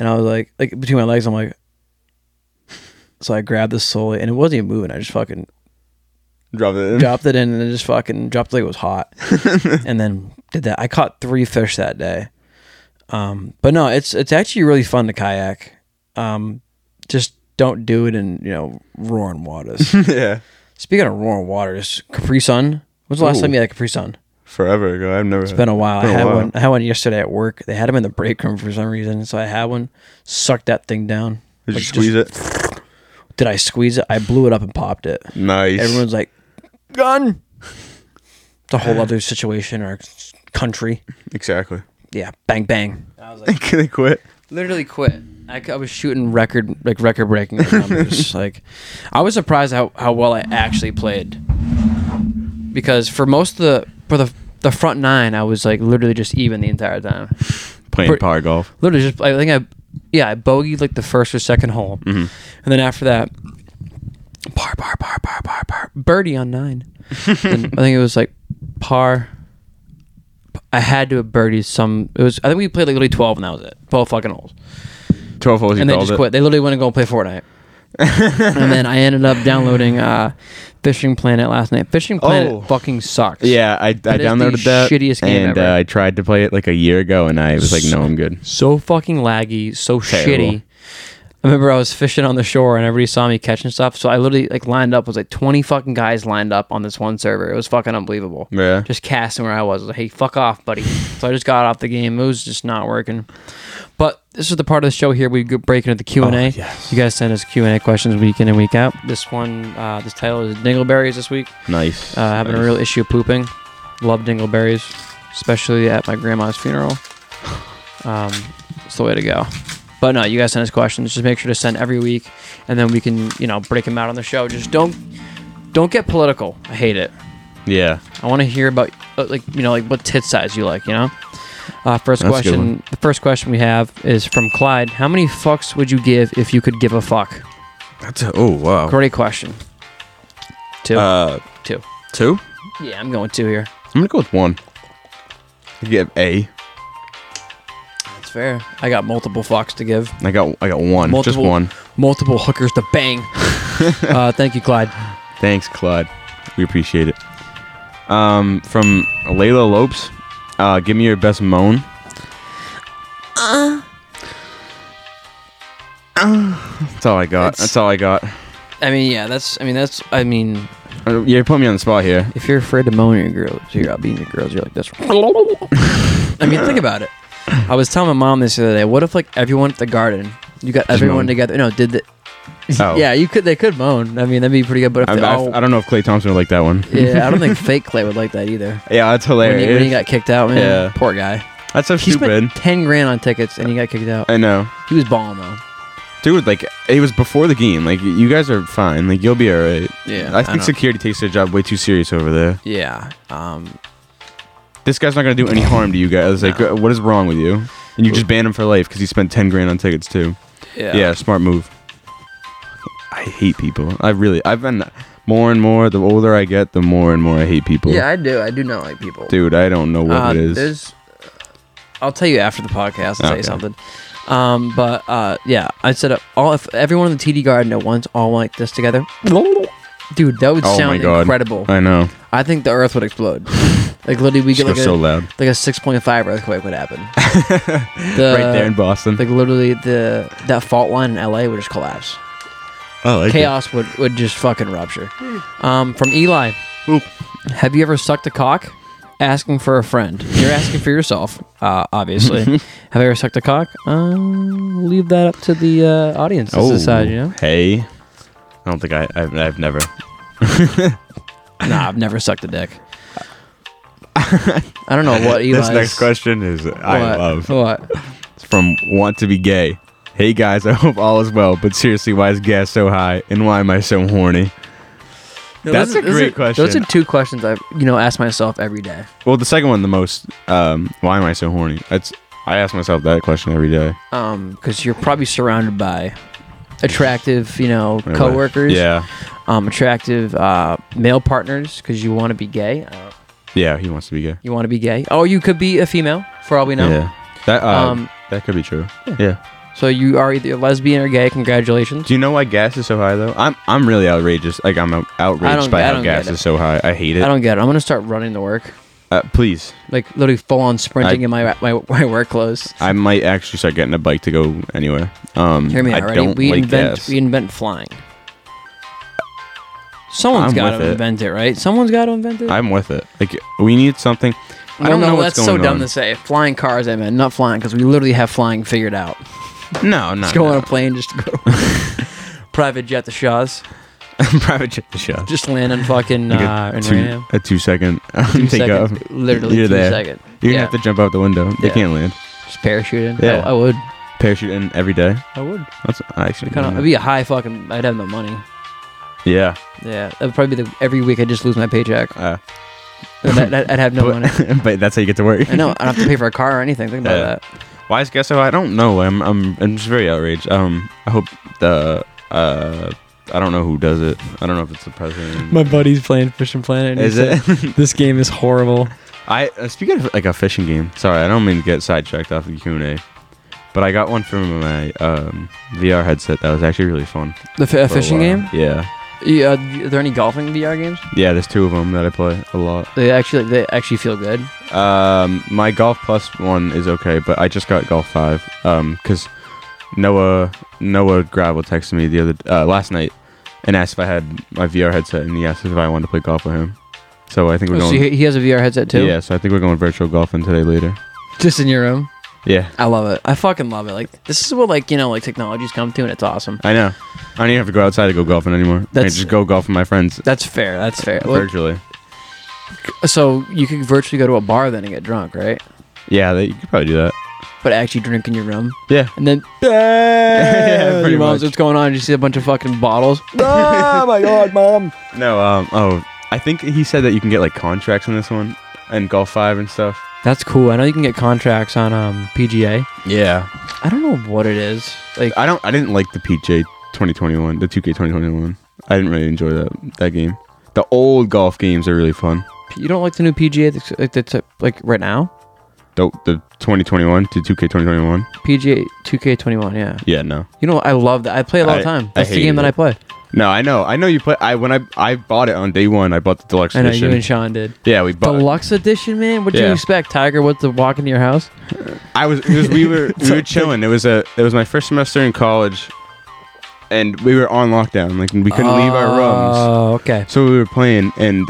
Speaker 1: and I was like, like between my legs, I'm like. So I grabbed this solely, and it wasn't even moving. I just fucking
Speaker 2: Drop it in.
Speaker 1: dropped it in and it just fucking dropped it like it was hot and then did that i caught three fish that day um but no it's it's actually really fun to kayak um just don't do it in you know roaring waters
Speaker 2: yeah.
Speaker 1: speaking of roaring waters capri sun when's the last
Speaker 2: Ooh.
Speaker 1: time you had a capri sun
Speaker 2: Forever ago. I've never.
Speaker 1: it's been a while
Speaker 2: Been
Speaker 1: i
Speaker 2: a
Speaker 1: had
Speaker 2: while.
Speaker 1: one i had one yesterday at work they had them in the break room for some reason so i had one sucked that thing down Like,
Speaker 2: Did you
Speaker 1: just-
Speaker 2: squeeze it?
Speaker 1: did i squeeze it i blew it up and popped it
Speaker 2: Nice.
Speaker 1: everyone's like gun it's a whole other situation or country
Speaker 2: exactly.
Speaker 1: yeah bang bang i was like
Speaker 2: Can they quit?
Speaker 1: literally quit i, c- I was shooting record like record breaking numbers like i was surprised how, how well i actually played because for most of the for the the front nine i was like literally just even the entire time
Speaker 2: Playing
Speaker 1: Pre-
Speaker 2: power golf.
Speaker 1: literally just I think I yeah I bogeyed like the first or second hole,
Speaker 2: Mm-hmm.
Speaker 1: and then after that, par par par par par par birdie on nine. and I think it was like par. I had to have birdied some. It was I think we played like literally twelve and that was it. Twelve fucking holes,
Speaker 2: Twelve holes. You
Speaker 1: and they
Speaker 2: called
Speaker 1: just
Speaker 2: it.
Speaker 1: quit. They literally went and go and play Fortnite. and then I ended up downloading uh, Fishing Planet last night. Fishing Planet
Speaker 2: Oh.
Speaker 1: fucking sucks.
Speaker 2: Yeah, I, I
Speaker 1: That is the
Speaker 2: downloaded that
Speaker 1: shittiest game
Speaker 2: and
Speaker 1: ever.
Speaker 2: Uh, I tried to play it like a year ago, and I was like, "No, I'm good."
Speaker 1: so fucking laggy, so
Speaker 2: Terrible.
Speaker 1: shitty. I remember I was fishing on the shore and everybody saw me catching stuff. So I literally like lined up. It was like twenty fucking guys lined up on this one server. It was fucking unbelievable.
Speaker 2: Yeah.
Speaker 1: Just casting where I was. I was like, hey, fuck off, buddy. so I just got off the game. It was just not working. But this is the part of the show here we go- break into the Q
Speaker 2: Oh,
Speaker 1: and A. You guys send us Q and A questions week in and week out. This one, uh, this title is Dingleberries this week.
Speaker 2: Nice.
Speaker 1: Uh, having a real issue pooping. Love dingleberries, especially at my grandma's funeral. Um, it's the way to go. But no, you guys send us questions. Just make sure to send every week, and then we can, you know, break them out on the show. Just don't, don't get political. I hate it.
Speaker 2: Yeah.
Speaker 1: I want to hear about, uh, like, you know, like what tit size you like. You know. Uh, first
Speaker 2: That's a good
Speaker 1: question.
Speaker 2: one.
Speaker 1: The first question we have is from Clyde. How many fucks would you give if you could give a fuck?
Speaker 2: That's a, oh wow.
Speaker 1: Great question. Two,
Speaker 2: Uh,
Speaker 1: two.
Speaker 2: two.
Speaker 1: Yeah, I'm going two here.
Speaker 2: I'm gonna go with one. You get A.
Speaker 1: That's fair. I got multiple fucks to give.
Speaker 2: I got I got one,
Speaker 1: Multiple,
Speaker 2: just one.
Speaker 1: Multiple hookers to bang. uh, thank you, Clyde.
Speaker 2: Thanks, Clyde. We appreciate it. Um, from Layla Lopes, uh, give me your best moan. Uh.
Speaker 1: Uh.
Speaker 2: Ah, That's all I got.
Speaker 1: It's-
Speaker 2: That's all I got.
Speaker 1: I mean, yeah, that's. I mean, that's. I mean,
Speaker 2: Uh, You're putting me on the spot here.
Speaker 1: if you're afraid to moan at your girls, you're out beating your girls. You're like this. I mean, think about it. I was telling my mom this the other day. What if like everyone at the garden, you got everyone
Speaker 2: moan.
Speaker 1: together? No, did the.
Speaker 2: Oh.
Speaker 1: Yeah, you could. They could moan. I mean, that'd be pretty good. But if
Speaker 2: I,
Speaker 1: they
Speaker 2: I,
Speaker 1: all,
Speaker 2: I don't know if Clay Thompson would like that one.
Speaker 1: yeah, I don't think fake Clay would like that either.
Speaker 2: Yeah, that's
Speaker 1: When he,
Speaker 2: hilarious.
Speaker 1: when he got kicked out, man,
Speaker 2: Yeah.
Speaker 1: poor guy.
Speaker 2: that's so
Speaker 1: He
Speaker 2: stupid.
Speaker 1: spent ten grand on tickets and he got kicked out.
Speaker 2: I know,
Speaker 1: He was balling though.
Speaker 2: dude. Like it was before the game. Like you guys are fine. Like you'll be all right.
Speaker 1: Yeah,
Speaker 2: I
Speaker 1: I
Speaker 2: think
Speaker 1: know.
Speaker 2: security takes their job way too serious over there.
Speaker 1: Yeah. Um.
Speaker 2: This guy's not gonna do any harm to you guys. Like,
Speaker 1: No.
Speaker 2: uh, what is wrong with you? And you just ban him for life because he spent ten grand on tickets too.
Speaker 1: Yeah.
Speaker 2: Yeah, smart move. I hate people. I really. I've been more and more. The older I get, the more and more I hate people.
Speaker 1: Yeah, I do. I do not like people.
Speaker 2: dude. I don't know what
Speaker 1: Uh,
Speaker 2: it is.
Speaker 1: There's, I'll tell you after the podcast. I'll tell
Speaker 2: Okay.
Speaker 1: you something. Um, but uh, yeah, I said up all if everyone in the TD garden at once all like this together. Dude, that would
Speaker 2: Oh my
Speaker 1: sound
Speaker 2: god,
Speaker 1: incredible.
Speaker 2: I know.
Speaker 1: I think the Earth would explode. like literally, we
Speaker 2: Just
Speaker 1: get
Speaker 2: go
Speaker 1: like a,
Speaker 2: so loud.
Speaker 1: like a six point five earthquake would happen. uh, The-
Speaker 2: right there in Boston.
Speaker 1: like literally the that fault line in LA would just collapse.
Speaker 2: oh, I like it.
Speaker 1: Chaos would would just fucking rupture. Um, from Eli,
Speaker 2: Oop.
Speaker 1: have you ever sucked a cock? Asking for a friend. You're asking for yourself, uh, obviously. have I ever sucked a cock? Um, leave that up to the uh, audience to decide. You know?
Speaker 2: Oh, Hey, I don't think I. I've, I've never.
Speaker 1: Nah, I've never sucked a dick. I don't know what Eli.
Speaker 2: this next question is I love.
Speaker 1: What?
Speaker 2: It's from Want to Be Gay. Hey guys, I hope all is well. But seriously, why is gas so high, and why am I so horny?
Speaker 1: No,
Speaker 2: That's
Speaker 1: those are-
Speaker 2: a
Speaker 1: those
Speaker 2: great
Speaker 1: are-
Speaker 2: question.
Speaker 1: Those are two questions I, you know, ask myself every day.
Speaker 2: Well, the second one, the most. Um, why am I so horny? That's. I ask myself that question every day.
Speaker 1: Um, because you're probably surrounded by attractive, you know,
Speaker 2: Anyway,
Speaker 1: coworkers.
Speaker 2: Yeah.
Speaker 1: um, attractive uh, male partners because you want to be gay. Uh,
Speaker 2: Yeah. He wants to be gay.
Speaker 1: you want to be gay. Oh, you could be a female for all we know.
Speaker 2: Yeah. That. Uh,
Speaker 1: Um,
Speaker 2: that could be true. Yeah.
Speaker 1: So you are either lesbian or gay. Congratulations.
Speaker 2: Do you know why gas is so high though? I'm. I'm really outrageous. Like I'm outraged
Speaker 1: don't-
Speaker 2: by
Speaker 1: I
Speaker 2: how
Speaker 1: don't
Speaker 2: gas
Speaker 1: get it.
Speaker 2: is so high. I hate
Speaker 1: I
Speaker 2: it.
Speaker 1: don't get it. I'm gonna start running to work,
Speaker 2: Uh, please.
Speaker 1: like literally full on sprinting
Speaker 2: I-
Speaker 1: in my, my my work clothes.
Speaker 2: I might actually start getting a bike to go anywhere. Um,
Speaker 1: Hear me
Speaker 2: I
Speaker 1: out, already.
Speaker 2: don't
Speaker 1: We
Speaker 2: like
Speaker 1: invent
Speaker 2: gas.
Speaker 1: we invent flying. Someone's
Speaker 2: I'm
Speaker 1: got
Speaker 2: with
Speaker 1: to
Speaker 2: it.
Speaker 1: invent it, right? Someone's got to invent it.
Speaker 2: I'm with it. Like we need something. I
Speaker 1: Well,
Speaker 2: don't
Speaker 1: no,
Speaker 2: know what's
Speaker 1: that's
Speaker 2: going
Speaker 1: so
Speaker 2: on.
Speaker 1: dumb to say. Flying cars, I meant not flying because we literally have flying figured out.
Speaker 2: No, no.
Speaker 1: Just go on
Speaker 2: no.
Speaker 1: a plane, just go to- private jet to Shaw's.
Speaker 2: private jet shot.
Speaker 1: Just land in fucking
Speaker 2: Like
Speaker 1: uh,
Speaker 2: a,
Speaker 1: in
Speaker 2: two,
Speaker 1: Ram.
Speaker 2: a two second
Speaker 1: Two
Speaker 2: take
Speaker 1: seconds,
Speaker 2: off.
Speaker 1: literally
Speaker 2: You're
Speaker 1: two
Speaker 2: there.
Speaker 1: second.
Speaker 2: You're
Speaker 1: yeah.
Speaker 2: gonna have to jump out the window. They
Speaker 1: Yeah.
Speaker 2: can't land.
Speaker 1: just parachute in.
Speaker 2: Yeah.
Speaker 1: I, I would.
Speaker 2: Parachute in every day.
Speaker 1: I would.
Speaker 2: That's I actually.
Speaker 1: Kind of. It'd be a high fucking. I'd have no money.
Speaker 2: yeah.
Speaker 1: Yeah, that would probably be the every week. I would just lose my paycheck.
Speaker 2: Uh,
Speaker 1: I'd, I'd- I'd have no money.
Speaker 2: but, but that's how you get to work.
Speaker 1: I know. I don't have to pay for a car or anything. Think about
Speaker 2: Yeah.
Speaker 1: that.
Speaker 2: Why is gas so high? I don't know. I'm I'm I'm just very outraged. Um, I hope the uh. I don't know who does it. I don't know if it's the president.
Speaker 1: buddy's playing Fishing Planet.
Speaker 2: is it?
Speaker 1: This game is horrible.
Speaker 2: I uh, speaking of like a fishing game. Sorry, I don't mean to get sidetracked off the Q and A, but I got one from my um, VR headset that was actually really fun.
Speaker 1: The f- uh,
Speaker 2: for a
Speaker 1: fishing
Speaker 2: while.
Speaker 1: game.
Speaker 2: Yeah,
Speaker 1: Yeah. uh, Are there any golfing VR games?
Speaker 2: yeah. There's two of them that I play a lot.
Speaker 1: They actually they actually feel good.
Speaker 2: Um, my golf plus one is okay, but I just got golf five. Um, because Noah Noah Gravel texted me the other uh, last night and asked if I had my VR headset, and he asked if I wanted to play golf with him. So I think we're
Speaker 1: Oh, so
Speaker 2: going.
Speaker 1: he he has a VR headset too.
Speaker 2: Yeah, so I think we're going virtual golfing today later.
Speaker 1: Just in your room.
Speaker 2: Yeah,
Speaker 1: I love it. I fucking love it. Like this is what like you know like technology's come to and it's awesome.
Speaker 2: I know. I don't even have to go outside to go golfing anymore. I can
Speaker 1: That's-
Speaker 2: just go golf with my friends
Speaker 1: That's fair. That's fair. Well,
Speaker 2: virtually.
Speaker 1: so you could virtually go to a bar then and get drunk, right?
Speaker 2: Yeah, they, you could probably do that.
Speaker 1: But actually drink in your room,
Speaker 2: Yeah.
Speaker 1: and then
Speaker 2: yeah,
Speaker 1: your mom's what's going on? You see a bunch of fucking bottles. Ah,
Speaker 2: oh my god, mom. No, um, oh, I think he said that you can get like contracts on this one and golf five and stuff.
Speaker 1: That's cool. I know you can get contracts on um, PGA.
Speaker 2: Yeah.
Speaker 1: I don't know what it is. Like
Speaker 2: I don't. I didn't like the PJ 2021, the 2K 2021. I didn't really enjoy that that game. The old golf games are really fun.
Speaker 1: you don't like the new PGA that's like that's uh, like right now.
Speaker 2: The, the 2021 to 2K2021.
Speaker 1: PGA 2K21. Yeah.
Speaker 2: Yeah, no.
Speaker 1: You know, I love that. I play it all
Speaker 2: I-
Speaker 1: the time.
Speaker 2: I
Speaker 1: That's the
Speaker 2: hated
Speaker 1: game that
Speaker 2: it.
Speaker 1: I play.
Speaker 2: No, I know. I know you play. I when I I bought it on day one. I bought the deluxe
Speaker 1: I know
Speaker 2: edition.
Speaker 1: you and Sean did.
Speaker 2: yeah, we bought.
Speaker 1: Deluxe edition, man. What do you
Speaker 2: Yeah.
Speaker 1: expect, Tiger? What to walk into your house?
Speaker 2: I was. It was we were we were chilling. It was a. It was my first semester in college, and we were on lockdown. Like we couldn't leave our rooms,
Speaker 1: Oh, okay.
Speaker 2: so we were playing, and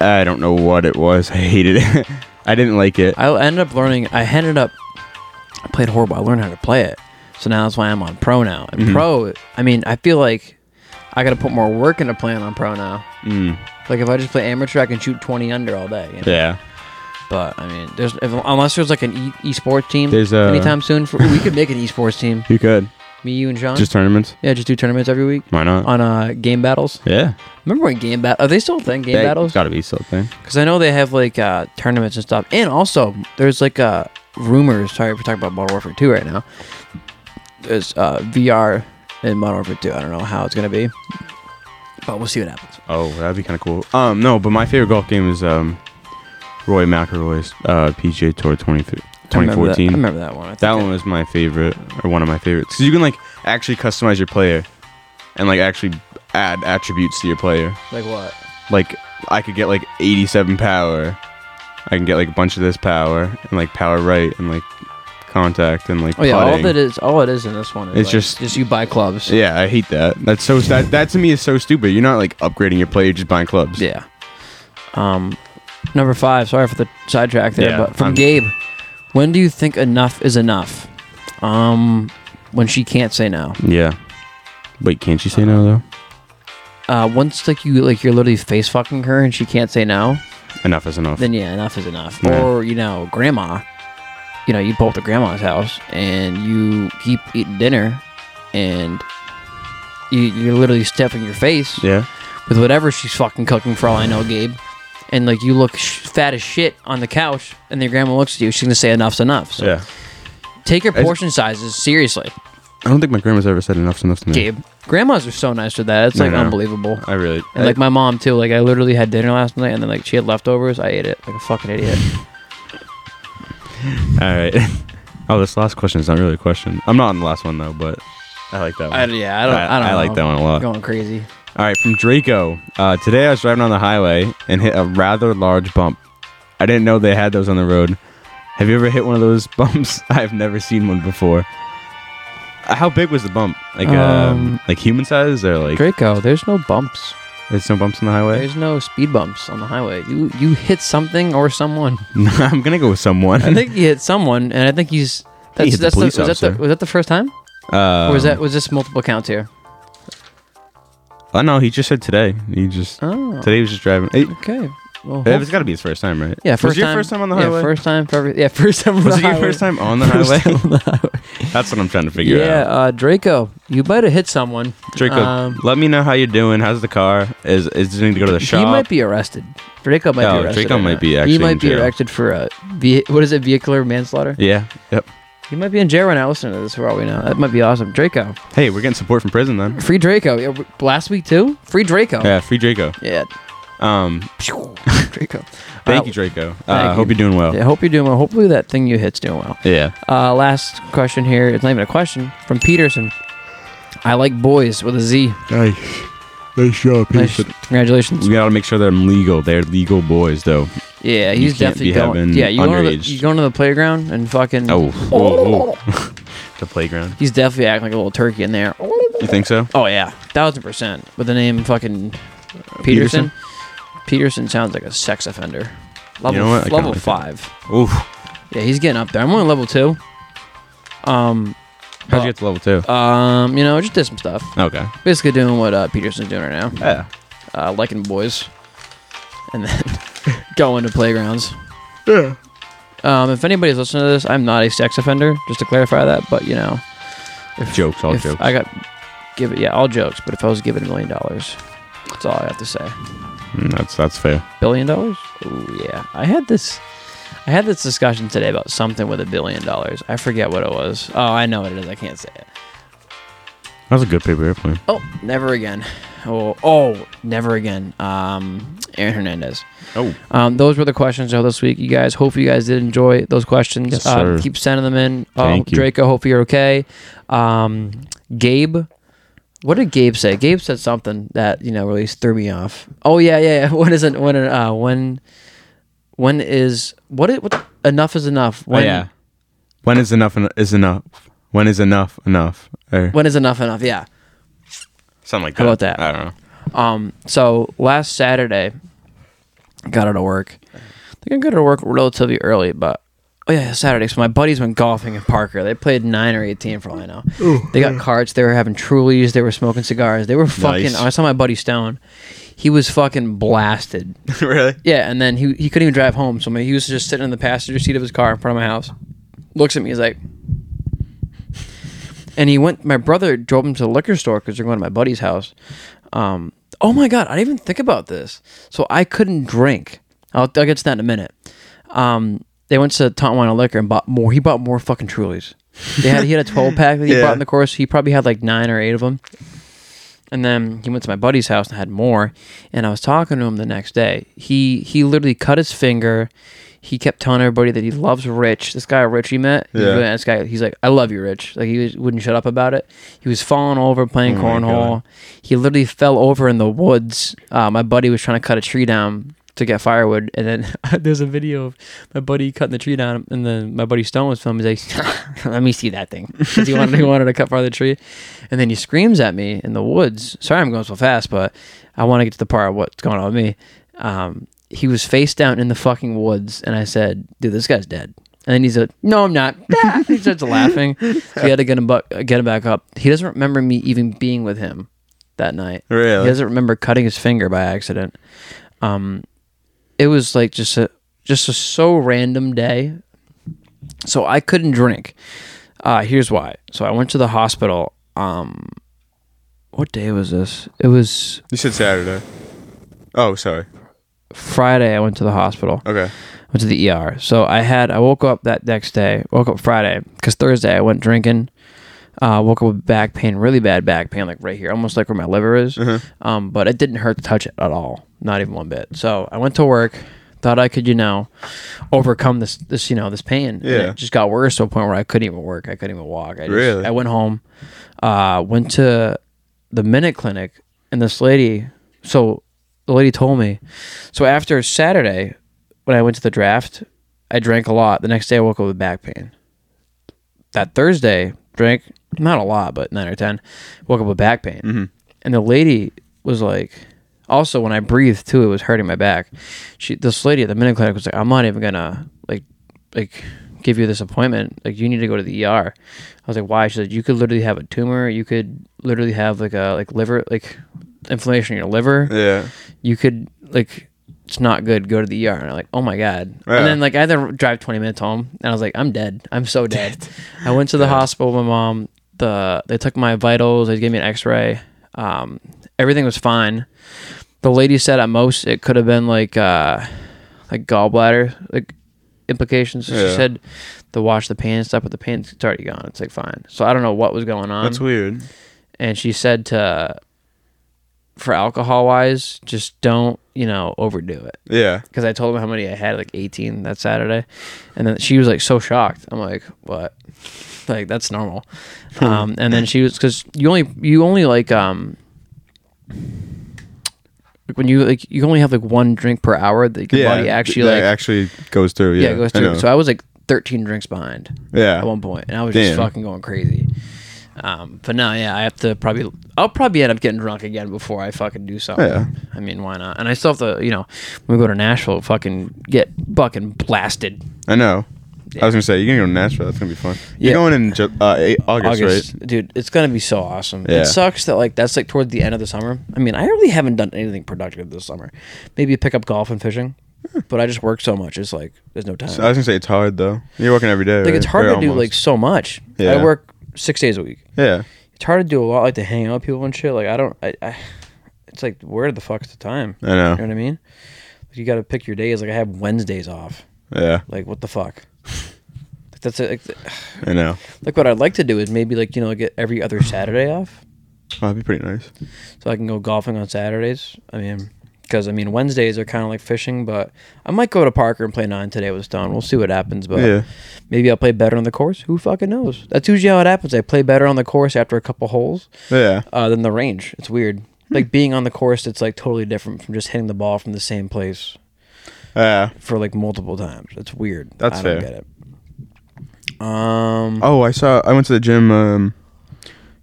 Speaker 2: I, I don't know what it was. I hated it. I didn't like it.
Speaker 1: I ended up learning. I ended up. I played horrible. I learned how to play it, so now that's why I'm on pro now. And
Speaker 2: Mm-hmm.
Speaker 1: pro, I mean, I feel like I got to put more work into playing on pro now.
Speaker 2: Mm,
Speaker 1: Like if I just play amateur, I can shoot 20 under all day. You know?
Speaker 2: yeah.
Speaker 1: But I mean, there's if, unless there's like an e- esports team
Speaker 2: There's, uh,
Speaker 1: anytime soon. For, we could make an esports team.
Speaker 2: You could
Speaker 1: Me, you, and Sean.
Speaker 2: just tournaments.
Speaker 1: yeah, just do tournaments every week
Speaker 2: Why not?
Speaker 1: on uh, game battles.
Speaker 2: yeah.
Speaker 1: Remember when game battle? Are they still a thing? Game
Speaker 2: That-
Speaker 1: battles?
Speaker 2: It's got to be something.
Speaker 1: Because I know they have like uh, tournaments and stuff, and also there's like uh, rumors. Sorry, we're talking about Modern Warfare 2 right now. There's uh, VR in Modern Warfare 2. I don't know how it's gonna be, but we'll see what happens.
Speaker 2: Oh, that'd be kind of cool. Um, no, but my favorite golf game is um, Roy McIlroy's uh, PGA
Speaker 1: I
Speaker 2: Tour 20,
Speaker 1: remember that-
Speaker 2: 2014.
Speaker 1: I
Speaker 2: That,
Speaker 1: remember that one. I think I-
Speaker 2: one was my favorite, or one of my favorites, because you can like actually customize your player, and like actually add attributes to your player.
Speaker 1: Like what?
Speaker 2: Like I could get like 87 power. I can get like a bunch of this power and like power right and like contact and like
Speaker 1: Oh yeah, all
Speaker 2: putting.
Speaker 1: that is all it is in this one. Is
Speaker 2: It's
Speaker 1: like,
Speaker 2: just-
Speaker 1: just you buy clubs.
Speaker 2: yeah, I hate that. That's so that that to me is so stupid. You're not like upgrading your player, you're just buying clubs.
Speaker 1: Yeah. Um, number five. Sorry for the sidetrack there,
Speaker 2: Yeah,
Speaker 1: but from
Speaker 2: I'm-
Speaker 1: Gabe, when do you think enough is enough? Um, when she can't say no.
Speaker 2: Yeah. Wait, can't you say no though?
Speaker 1: Uh, once like you like you're literally face fucking her and she can't say no,
Speaker 2: Enough is enough.
Speaker 1: then yeah, enough is enough.
Speaker 2: Yeah.
Speaker 1: Or you know, grandma. You know, you both at grandma's house and you keep eating dinner, and you, you're literally stuffing your face.
Speaker 2: yeah.
Speaker 1: with whatever she's fucking cooking for all I know, Gabe. And like you look sh- fat as shit on the couch, and your grandma looks at you. She's gonna say enough's enough. So
Speaker 2: Yeah.
Speaker 1: take your
Speaker 2: As-
Speaker 1: portion sizes seriously,
Speaker 2: I don't think my grandma's ever said enough's enough to me.
Speaker 1: Gabe. Grandmas are so nice with that. It's
Speaker 2: I
Speaker 1: like
Speaker 2: know.
Speaker 1: unbelievable.
Speaker 2: I really
Speaker 1: And like my mom too. Like I literally had dinner last night, and then like she had leftovers. I ate it like a fucking idiot.
Speaker 2: All right. oh, this last question is not really a question. I'm not on the last one though, but I like that one.
Speaker 1: I, yeah, I don't. I, don't.
Speaker 2: I like
Speaker 1: know.
Speaker 2: that one a lot.
Speaker 1: Going crazy.
Speaker 2: All right, from Draco. Uh, today I was driving on the highway and hit a rather large bump. I didn't know they had those on the road. Have you ever hit one of those bumps? I've never seen one before. Uh, How big was the bump? Like um,
Speaker 1: Um,
Speaker 2: like human size or like
Speaker 1: Draco, there's no bumps.
Speaker 2: there's no bumps on the highway?
Speaker 1: There's no speed bumps on the highway. You you hit something or someone.
Speaker 2: I'm gonna go with someone.
Speaker 1: I think he hit someone, and I think he's. That's,
Speaker 2: He hit the
Speaker 1: that's
Speaker 2: police
Speaker 1: was That
Speaker 2: officer.
Speaker 1: the, was that the first time?
Speaker 2: uh,
Speaker 1: or was that was this multiple counts here?
Speaker 2: Oh no, he just said today. He just
Speaker 1: Oh,
Speaker 2: today he was just driving. Hey,
Speaker 1: okay. Well,
Speaker 2: it
Speaker 1: hope-
Speaker 2: was got to be his first time, right?
Speaker 1: yeah,
Speaker 2: was
Speaker 1: first
Speaker 2: it your
Speaker 1: time.
Speaker 2: first time on the
Speaker 1: Yeah,
Speaker 2: highway.
Speaker 1: first time for every. Yeah, first time. on
Speaker 2: was
Speaker 1: the
Speaker 2: it your
Speaker 1: highway.
Speaker 2: first time on the
Speaker 1: First
Speaker 2: highway?
Speaker 1: time on the highway.
Speaker 2: That's what I'm trying to figure
Speaker 1: yeah,
Speaker 2: out.
Speaker 1: uh, Draco, you might have hit someone.
Speaker 2: Draco,
Speaker 1: um,
Speaker 2: let me know how you're doing. How's the car? Is is does it need to go to the shop?
Speaker 1: He might be arrested. Draco might
Speaker 2: Oh,
Speaker 1: be arrested.
Speaker 2: Draco
Speaker 1: right
Speaker 2: might
Speaker 1: now.
Speaker 2: be
Speaker 1: He
Speaker 2: actually
Speaker 1: might
Speaker 2: in
Speaker 1: be
Speaker 2: jail.
Speaker 1: arrested for uh, ve- what is it, vehicular manslaughter?
Speaker 2: Yeah. Yep.
Speaker 1: He might be in jail right now. Listen to this for all we know. That might be awesome. Draco,
Speaker 2: Hey, we're getting support from prison then.
Speaker 1: free Draco. Yeah, w- last week too. Free Draco.
Speaker 2: Yeah, free Draco.
Speaker 1: Yeah.
Speaker 2: Um,
Speaker 1: Draco.
Speaker 2: thank
Speaker 1: Uh,
Speaker 2: you, Draco. I
Speaker 1: thank
Speaker 2: uh, hope
Speaker 1: you.
Speaker 2: you're doing well.
Speaker 1: I hope you're doing well. Hopefully that thing you hit's doing well.
Speaker 2: Yeah.
Speaker 1: Uh, last question here. It's not even a question from Peterson. I like boys with a Z.
Speaker 2: Nice. Nice job,
Speaker 1: Nice. Congratulations.
Speaker 2: We gotta make sure they're legal. They're legal boys, though.
Speaker 1: Yeah, he's
Speaker 2: can't
Speaker 1: definitely
Speaker 2: be
Speaker 1: going.
Speaker 2: having
Speaker 1: Yeah, you going, to the,
Speaker 2: underage.
Speaker 1: you going to the playground and fucking.
Speaker 2: Oh, whoa, whoa. the playground.
Speaker 1: He's definitely acting like a little turkey in there.
Speaker 2: You think so?
Speaker 1: Oh yeah, thousand percent. With the name fucking Peterson. Peterson, sounds like a sex offender. Level
Speaker 2: know what? I kinda
Speaker 1: level
Speaker 2: like that.
Speaker 1: five.
Speaker 2: Oof.
Speaker 1: Yeah, he's getting up there. I'm on level two. Um,
Speaker 2: How'd you get to level two?
Speaker 1: um, you know, just did some stuff.
Speaker 2: Okay.
Speaker 1: Basically doing what uh, Peterson's doing right now.
Speaker 2: Yeah.
Speaker 1: uh, liking boys, and then going to playgrounds.
Speaker 2: Yeah.
Speaker 1: Um, if anybody's listening to this, I'm not a sex offender, just to clarify that. But you know,
Speaker 2: Jokes, all
Speaker 1: if
Speaker 2: jokes.
Speaker 1: I got give it, yeah, all jokes. But if I was given a million dollars, that's all I have to say.
Speaker 2: Mm, that's that's fair.
Speaker 1: Billion dollars? Oh yeah, I had this. I had this discussion today about something with a billion dollars. I forget what it was. Oh, I know what it is. I can't say it.
Speaker 2: That was a good paper airplane.
Speaker 1: Oh, never again. Oh, oh, never again. Um, Aaron Hernandez.
Speaker 2: Oh,
Speaker 1: Um, those were the questions though this week, you guys. Hope you guys did enjoy those questions.
Speaker 2: Yes,
Speaker 1: uh,
Speaker 2: sir.
Speaker 1: keep sending them in.
Speaker 2: Thank
Speaker 1: uh,
Speaker 2: you.
Speaker 1: Draco, hope you're okay. Um, Gabe, what did Gabe say? Gabe said something that you know really threw me off. Oh yeah, yeah. yeah. When isn't when uh, when when is what? Is, what enough is enough. When,
Speaker 2: Oh, yeah. When is enough en- is enough? When is enough enough? Or
Speaker 1: when is enough enough? Yeah.
Speaker 2: something like that.
Speaker 1: How about that?
Speaker 2: I don't know.
Speaker 1: Um, so last Saturday, got out of work. I think I got out of work relatively early, but oh yeah, Saturday. So my buddies went golfing in Parker. They played nine or eighteen for all I know. They got carts. They were having Trulies. They were smoking cigars. They were fucking.
Speaker 2: Nice.
Speaker 1: I saw my buddy Stone. He was fucking blasted.
Speaker 2: really?
Speaker 1: Yeah, and then he he couldn't even drive home. So I mean, he was just sitting in the passenger seat of his car in front of my house. Looks at me, he's like, and he went. My brother drove him to the liquor store because they're going to my buddy's house. Um, oh my god, I didn't even think about this. So I couldn't drink. I'll, I'll get to that in a minute. Um, they went to Tonawanda Liquor and bought more. He bought more fucking Trulies. They had he had a twelve pack that he
Speaker 2: Yeah.
Speaker 1: bought in the course. He probably had like nine or eight of them. And then he went to my buddy's house and had more. And I was talking to him the next day. He he literally cut his finger. He kept telling everybody that he loves Rich. This guy Rich he met. he was
Speaker 2: Yeah.
Speaker 1: really nice guy. He's like, I love you, Rich. Like he was, wouldn't shut up about it. He was falling over playing
Speaker 2: Oh my
Speaker 1: cornhole. He literally fell over in the woods. Uh, my buddy was trying to cut a tree down to get firewood, and then there's a video of my buddy cutting the tree down, and then my buddy Stone was filming. He's like, "Let me see that thing," 'Cause he wanted he wanted to cut part of the tree, and then he screams at me in the woods. Sorry, I'm going so fast, but I want to get to the part of what's going on with me. Um, he was face down in the fucking woods, and I said, "Dude, this guy's dead." And then he's like, "No, I'm not." he starts laughing. So he had to get him bu- get him back up. He doesn't remember me even being with him that night. He
Speaker 2: Really?
Speaker 1: doesn't remember cutting his finger by accident. Um, it was like just a just a so random day. So I couldn't drink. Uh, here's why. So I went to the hospital. Um, what day was this? It was
Speaker 2: You said Saturday. Oh, sorry.
Speaker 1: Friday. I went to the hospital.
Speaker 2: Okay.
Speaker 1: went to the ER. So I had I woke up that next day, woke up Friday because Thursday I went drinking. Uh, woke up with back pain, really bad back pain, like right here, almost like where my liver is. Um, but it didn't hurt to touch it at all, not even one bit. So I went to work, thought I could, you know, overcome this, this, you know, this pain. And
Speaker 2: Yeah.
Speaker 1: it just got worse to a point where I couldn't even work, I couldn't even walk. I just,
Speaker 2: Really?
Speaker 1: I went home, uh, went to the Minute Clinic, and this lady. So the lady told me. So after Saturday, when I went to the draft, I drank a lot. The next day, I woke up with back pain. That Thursday, drank not a lot, but nine or ten. Woke up with back pain, and the lady was like. Also, when I breathed too, it was hurting my back. She, this lady at the minute clinic was like, "I'm not even gonna like, like, give you this appointment. Like, you need to go to the ER." I was like, "Why?" She said, "You could literally have a tumor. You could literally have like a like liver like inflammation in your liver."
Speaker 2: Yeah.
Speaker 1: you could like it's not good go to the er and i'm like oh my god
Speaker 2: Yeah.
Speaker 1: and then like i had to drive 20 minutes home and i was like i'm dead i'm so dead, i went to the hospital with my mom the they took my vitals they gave me an x-ray um, everything was fine the lady said at most it could have been like uh like gallbladder like implications she
Speaker 2: Yeah.
Speaker 1: said to wash the pain and stuff but the pain's it's already gone it's like fine so i don't know what was going on
Speaker 2: That's weird.
Speaker 1: and she said to for alcohol wise just don't you know overdo it
Speaker 2: Yeah.
Speaker 1: because i told him how many i had like 18 that saturday and then she was like so shocked i'm like what like that's normal
Speaker 2: Hmm.
Speaker 1: um and then she was because you only you only like um like when you like you only have like one drink per hour that your
Speaker 2: yeah.
Speaker 1: body actually
Speaker 2: that
Speaker 1: like
Speaker 2: actually goes through.
Speaker 1: yeah,
Speaker 2: Yeah.
Speaker 1: it goes
Speaker 2: I
Speaker 1: through
Speaker 2: know.
Speaker 1: so i was like 13 drinks behind
Speaker 2: yeah.
Speaker 1: at one point, and I was just
Speaker 2: Damn.
Speaker 1: fucking going crazy. Um, but now, yeah, I have to probably, I'll probably end up getting drunk again before I fucking do something.
Speaker 2: Yeah.
Speaker 1: I mean, why not? And I still have to, you know, when we go to Nashville, fucking get fucking blasted.
Speaker 2: I know.
Speaker 1: Yeah.
Speaker 2: I was gonna say you're gonna go to Nashville. That's gonna be fun.
Speaker 1: Yeah.
Speaker 2: You're going in ju- uh, eight, August, right?
Speaker 1: dude, it's gonna be so awesome.
Speaker 2: Yeah.
Speaker 1: It sucks that like that's like toward the end of the summer. I mean, I really haven't done anything productive this summer. Maybe pick up golf and fishing, but I just work so much. It's like there's no time.
Speaker 2: So I was gonna say Hmm. it's hard though. You're working every day.
Speaker 1: like
Speaker 2: right?
Speaker 1: it's hard
Speaker 2: Or
Speaker 1: to do
Speaker 2: almost.
Speaker 1: like so much. I
Speaker 2: Yeah.
Speaker 1: work six days a week.
Speaker 2: yeah.
Speaker 1: it's hard to do a lot like to hang out with people and shit. Like I don't, I, I it's like where the fuck's the time?
Speaker 2: I know.
Speaker 1: You know what I mean? Like, you got to pick your days. Like I have Wednesdays off.
Speaker 2: Yeah.
Speaker 1: Like what the fuck? Like, that's it. like,
Speaker 2: I know.
Speaker 1: like what I'd like to do is maybe like you know get every other Saturday off.
Speaker 2: Oh, that'd be pretty nice.
Speaker 1: so I can go golfing on Saturdays. I mean, because I mean Wednesdays are kind of like fishing, but I might go to Parker and play nine today with Stone. We'll see what happens, but
Speaker 2: yeah.
Speaker 1: maybe I'll play better on the course. Who fucking knows? That's usually how it happens. I play better on the course after a couple holes
Speaker 2: Yeah.
Speaker 1: uh, than the range. It's weird.
Speaker 2: Hmm.
Speaker 1: Like being on the course, it's like totally different from just hitting the ball from the same place
Speaker 2: Yeah.
Speaker 1: for like multiple times. It's weird.
Speaker 2: That's
Speaker 1: I don't
Speaker 2: fair.
Speaker 1: get it. Um,
Speaker 2: Oh, I saw. I went to the gym um,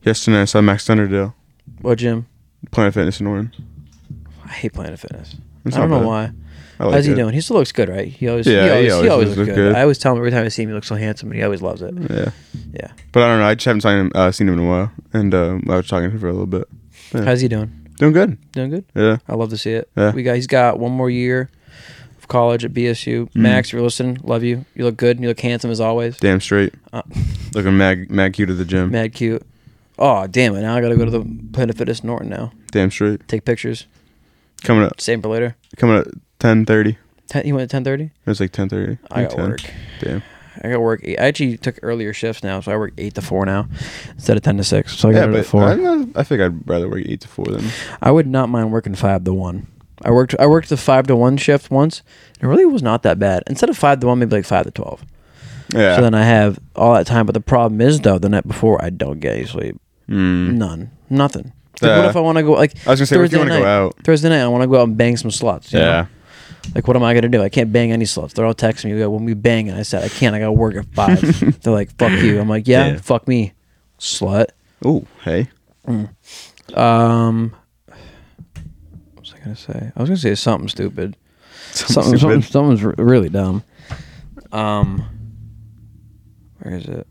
Speaker 2: yesterday. I saw Max Thunderdale,
Speaker 1: what gym?
Speaker 2: Planet Fitness in Orin.
Speaker 1: I hate Planet Fitness.
Speaker 2: It's
Speaker 1: I don't
Speaker 2: not
Speaker 1: know
Speaker 2: bad.
Speaker 1: why.
Speaker 2: I like
Speaker 1: How's he
Speaker 2: it.
Speaker 1: doing? He still looks good, right? He always,
Speaker 2: Yeah,
Speaker 1: he always,
Speaker 2: he
Speaker 1: he
Speaker 2: always
Speaker 1: always
Speaker 2: looks
Speaker 1: looks good.
Speaker 2: good.
Speaker 1: I always tell him every time I see him, he looks so handsome, and he always loves it.
Speaker 2: Yeah,
Speaker 1: Yeah.
Speaker 2: but I don't know. I just haven't seen him, uh, seen him in a while, and um, I was talking to him for a little bit. Yeah.
Speaker 1: How's he doing?
Speaker 2: Doing good.
Speaker 1: Doing good.
Speaker 2: Yeah.
Speaker 1: I love to see it.
Speaker 2: Yeah.
Speaker 1: We got he's got one more year of college at BSU.
Speaker 2: Hmm.
Speaker 1: Max, if you're listening, love you. You look good. and You look handsome as always.
Speaker 2: Damn straight.
Speaker 1: Uh,
Speaker 2: Looking mag mag cute at the gym.
Speaker 1: Mad cute. Oh damn it! Now I gotta go to the Planet Fitness Norton now.
Speaker 2: Damn straight.
Speaker 1: Take pictures.
Speaker 2: Coming up.
Speaker 1: Same for later.
Speaker 2: Coming up. Ten thirty.
Speaker 1: Ten, you went at ten thirty.
Speaker 2: It's like ten thirty.
Speaker 1: I got work.
Speaker 2: Damn.
Speaker 1: I got work. Eight. I actually took earlier shifts now, so I work eight to four now instead of ten to six. So I
Speaker 2: Yeah,
Speaker 1: got it at
Speaker 2: but
Speaker 1: four.
Speaker 2: I, don't know, I think I'd rather work eight to four than.
Speaker 1: I would not mind working five to one. I worked I worked the five to one shift once. It really was not that bad. Instead of five to one, maybe like five to twelve.
Speaker 2: Yeah.
Speaker 1: So then I have all that time. But the problem is though, the night before I don't get any sleep.
Speaker 2: Mm.
Speaker 1: None. Nothing. It's Like, what
Speaker 2: Yeah.
Speaker 1: if I want to go like
Speaker 2: I was gonna say, what if
Speaker 1: Thursday
Speaker 2: you want to go
Speaker 1: night-
Speaker 2: out?
Speaker 1: Thursday night I want to go out and bang some slots. you know?
Speaker 2: Yeah.
Speaker 1: Like what am I gonna do? I can't bang any slots. They're all texting me. They go, When we bang, and I said I can't. I got to work at five. They're like, fuck you. I'm like, yeah,
Speaker 2: Yeah.
Speaker 1: fuck me, slut.
Speaker 2: Oh, hey.
Speaker 1: Um, what was I gonna say? I was gonna say something stupid. Something,
Speaker 2: stupid.
Speaker 1: something, something's r- really dumb. Um, where is it?